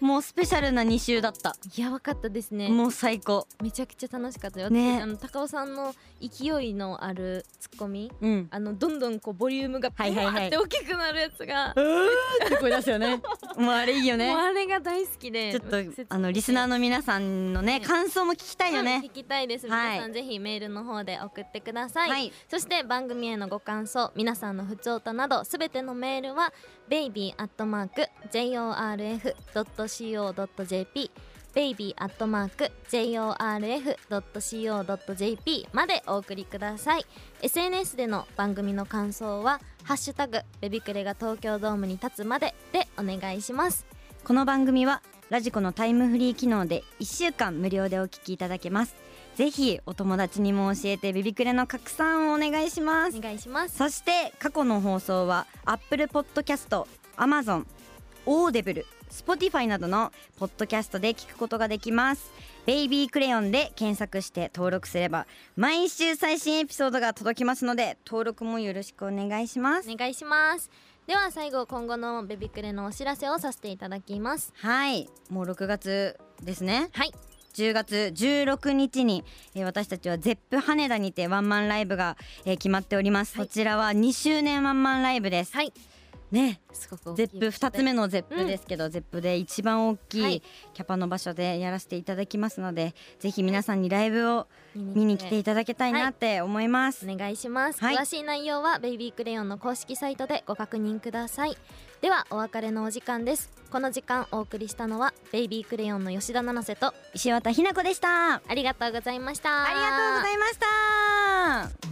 Speaker 2: ーもうスペシャルな2週だった
Speaker 1: やばかったですね
Speaker 2: もう最高
Speaker 1: めちゃくちゃ楽しかったよ、
Speaker 2: ね
Speaker 1: あの高尾さんの勢いのあるツッコミ
Speaker 2: うん
Speaker 1: あのどんどんこうボリュームがパ
Speaker 2: はいはいは
Speaker 1: ー
Speaker 2: い
Speaker 1: って大きくなるやつが、
Speaker 2: うーって声出すよね もうあれいいよね
Speaker 1: もうあれが大好きで
Speaker 2: ちょっとあのリスナー
Speaker 1: の
Speaker 2: の皆さんのね感想も聞きたいよね
Speaker 1: 聞きたいです、
Speaker 2: はい
Speaker 1: 皆さんぜひメールの方で送ってください、
Speaker 2: はい
Speaker 1: そして番組へのご感想皆さんの不調となどすべてのメールは baby.jorf.co.jp baby.jorf.co.jp までお送りください SNS での番組の感想は「ハッシュタグベビクレが東京ドームに立つまで」でお願いします
Speaker 2: この番組はラジコのタイムフリー機能で1週間無料でお聞きいただけますぜひお友達にも教えてビビクレの拡散をお願いしま
Speaker 1: お
Speaker 2: す
Speaker 1: 願いします
Speaker 2: そして過去の放送は Apple Podcast、Amazon、Audible、Spotify などのポッドキャストで聞くことができますベイビークレヨンで検索して登録すれば毎週最新エピソードが届きますので登録もよろしくお願いします
Speaker 1: お願いしますでは最後今後のベビクレのお知らせをさせていただきます
Speaker 2: はいもう6月ですね
Speaker 1: はい
Speaker 2: 10月16日に、えー私たちは ZEP 羽田にてワンマンライブが、えー決まっております、
Speaker 1: はい
Speaker 2: こちらは2周年ワンマンライブです、
Speaker 1: はい
Speaker 2: ね
Speaker 1: すごく大きい
Speaker 2: ZEP2 つ目の
Speaker 1: う
Speaker 2: ZEP
Speaker 1: ん
Speaker 2: ですけど、ZEP で一番大
Speaker 1: は
Speaker 2: き
Speaker 1: い
Speaker 2: いキャパの場所でやらせていただきますのでぜひ皆さんにライブを見に来ていただきたいなって思います、
Speaker 1: お願いします、
Speaker 2: はい
Speaker 1: 詳しい内容はベイビークレヨンの公式サイトでご確認くださいではお別れのお時間ですこの時間お送りしたのはベイビークレヨンの吉田七瀬と
Speaker 2: 石渡ひな子でしたあ
Speaker 1: ありがとうございました
Speaker 2: りがとうございました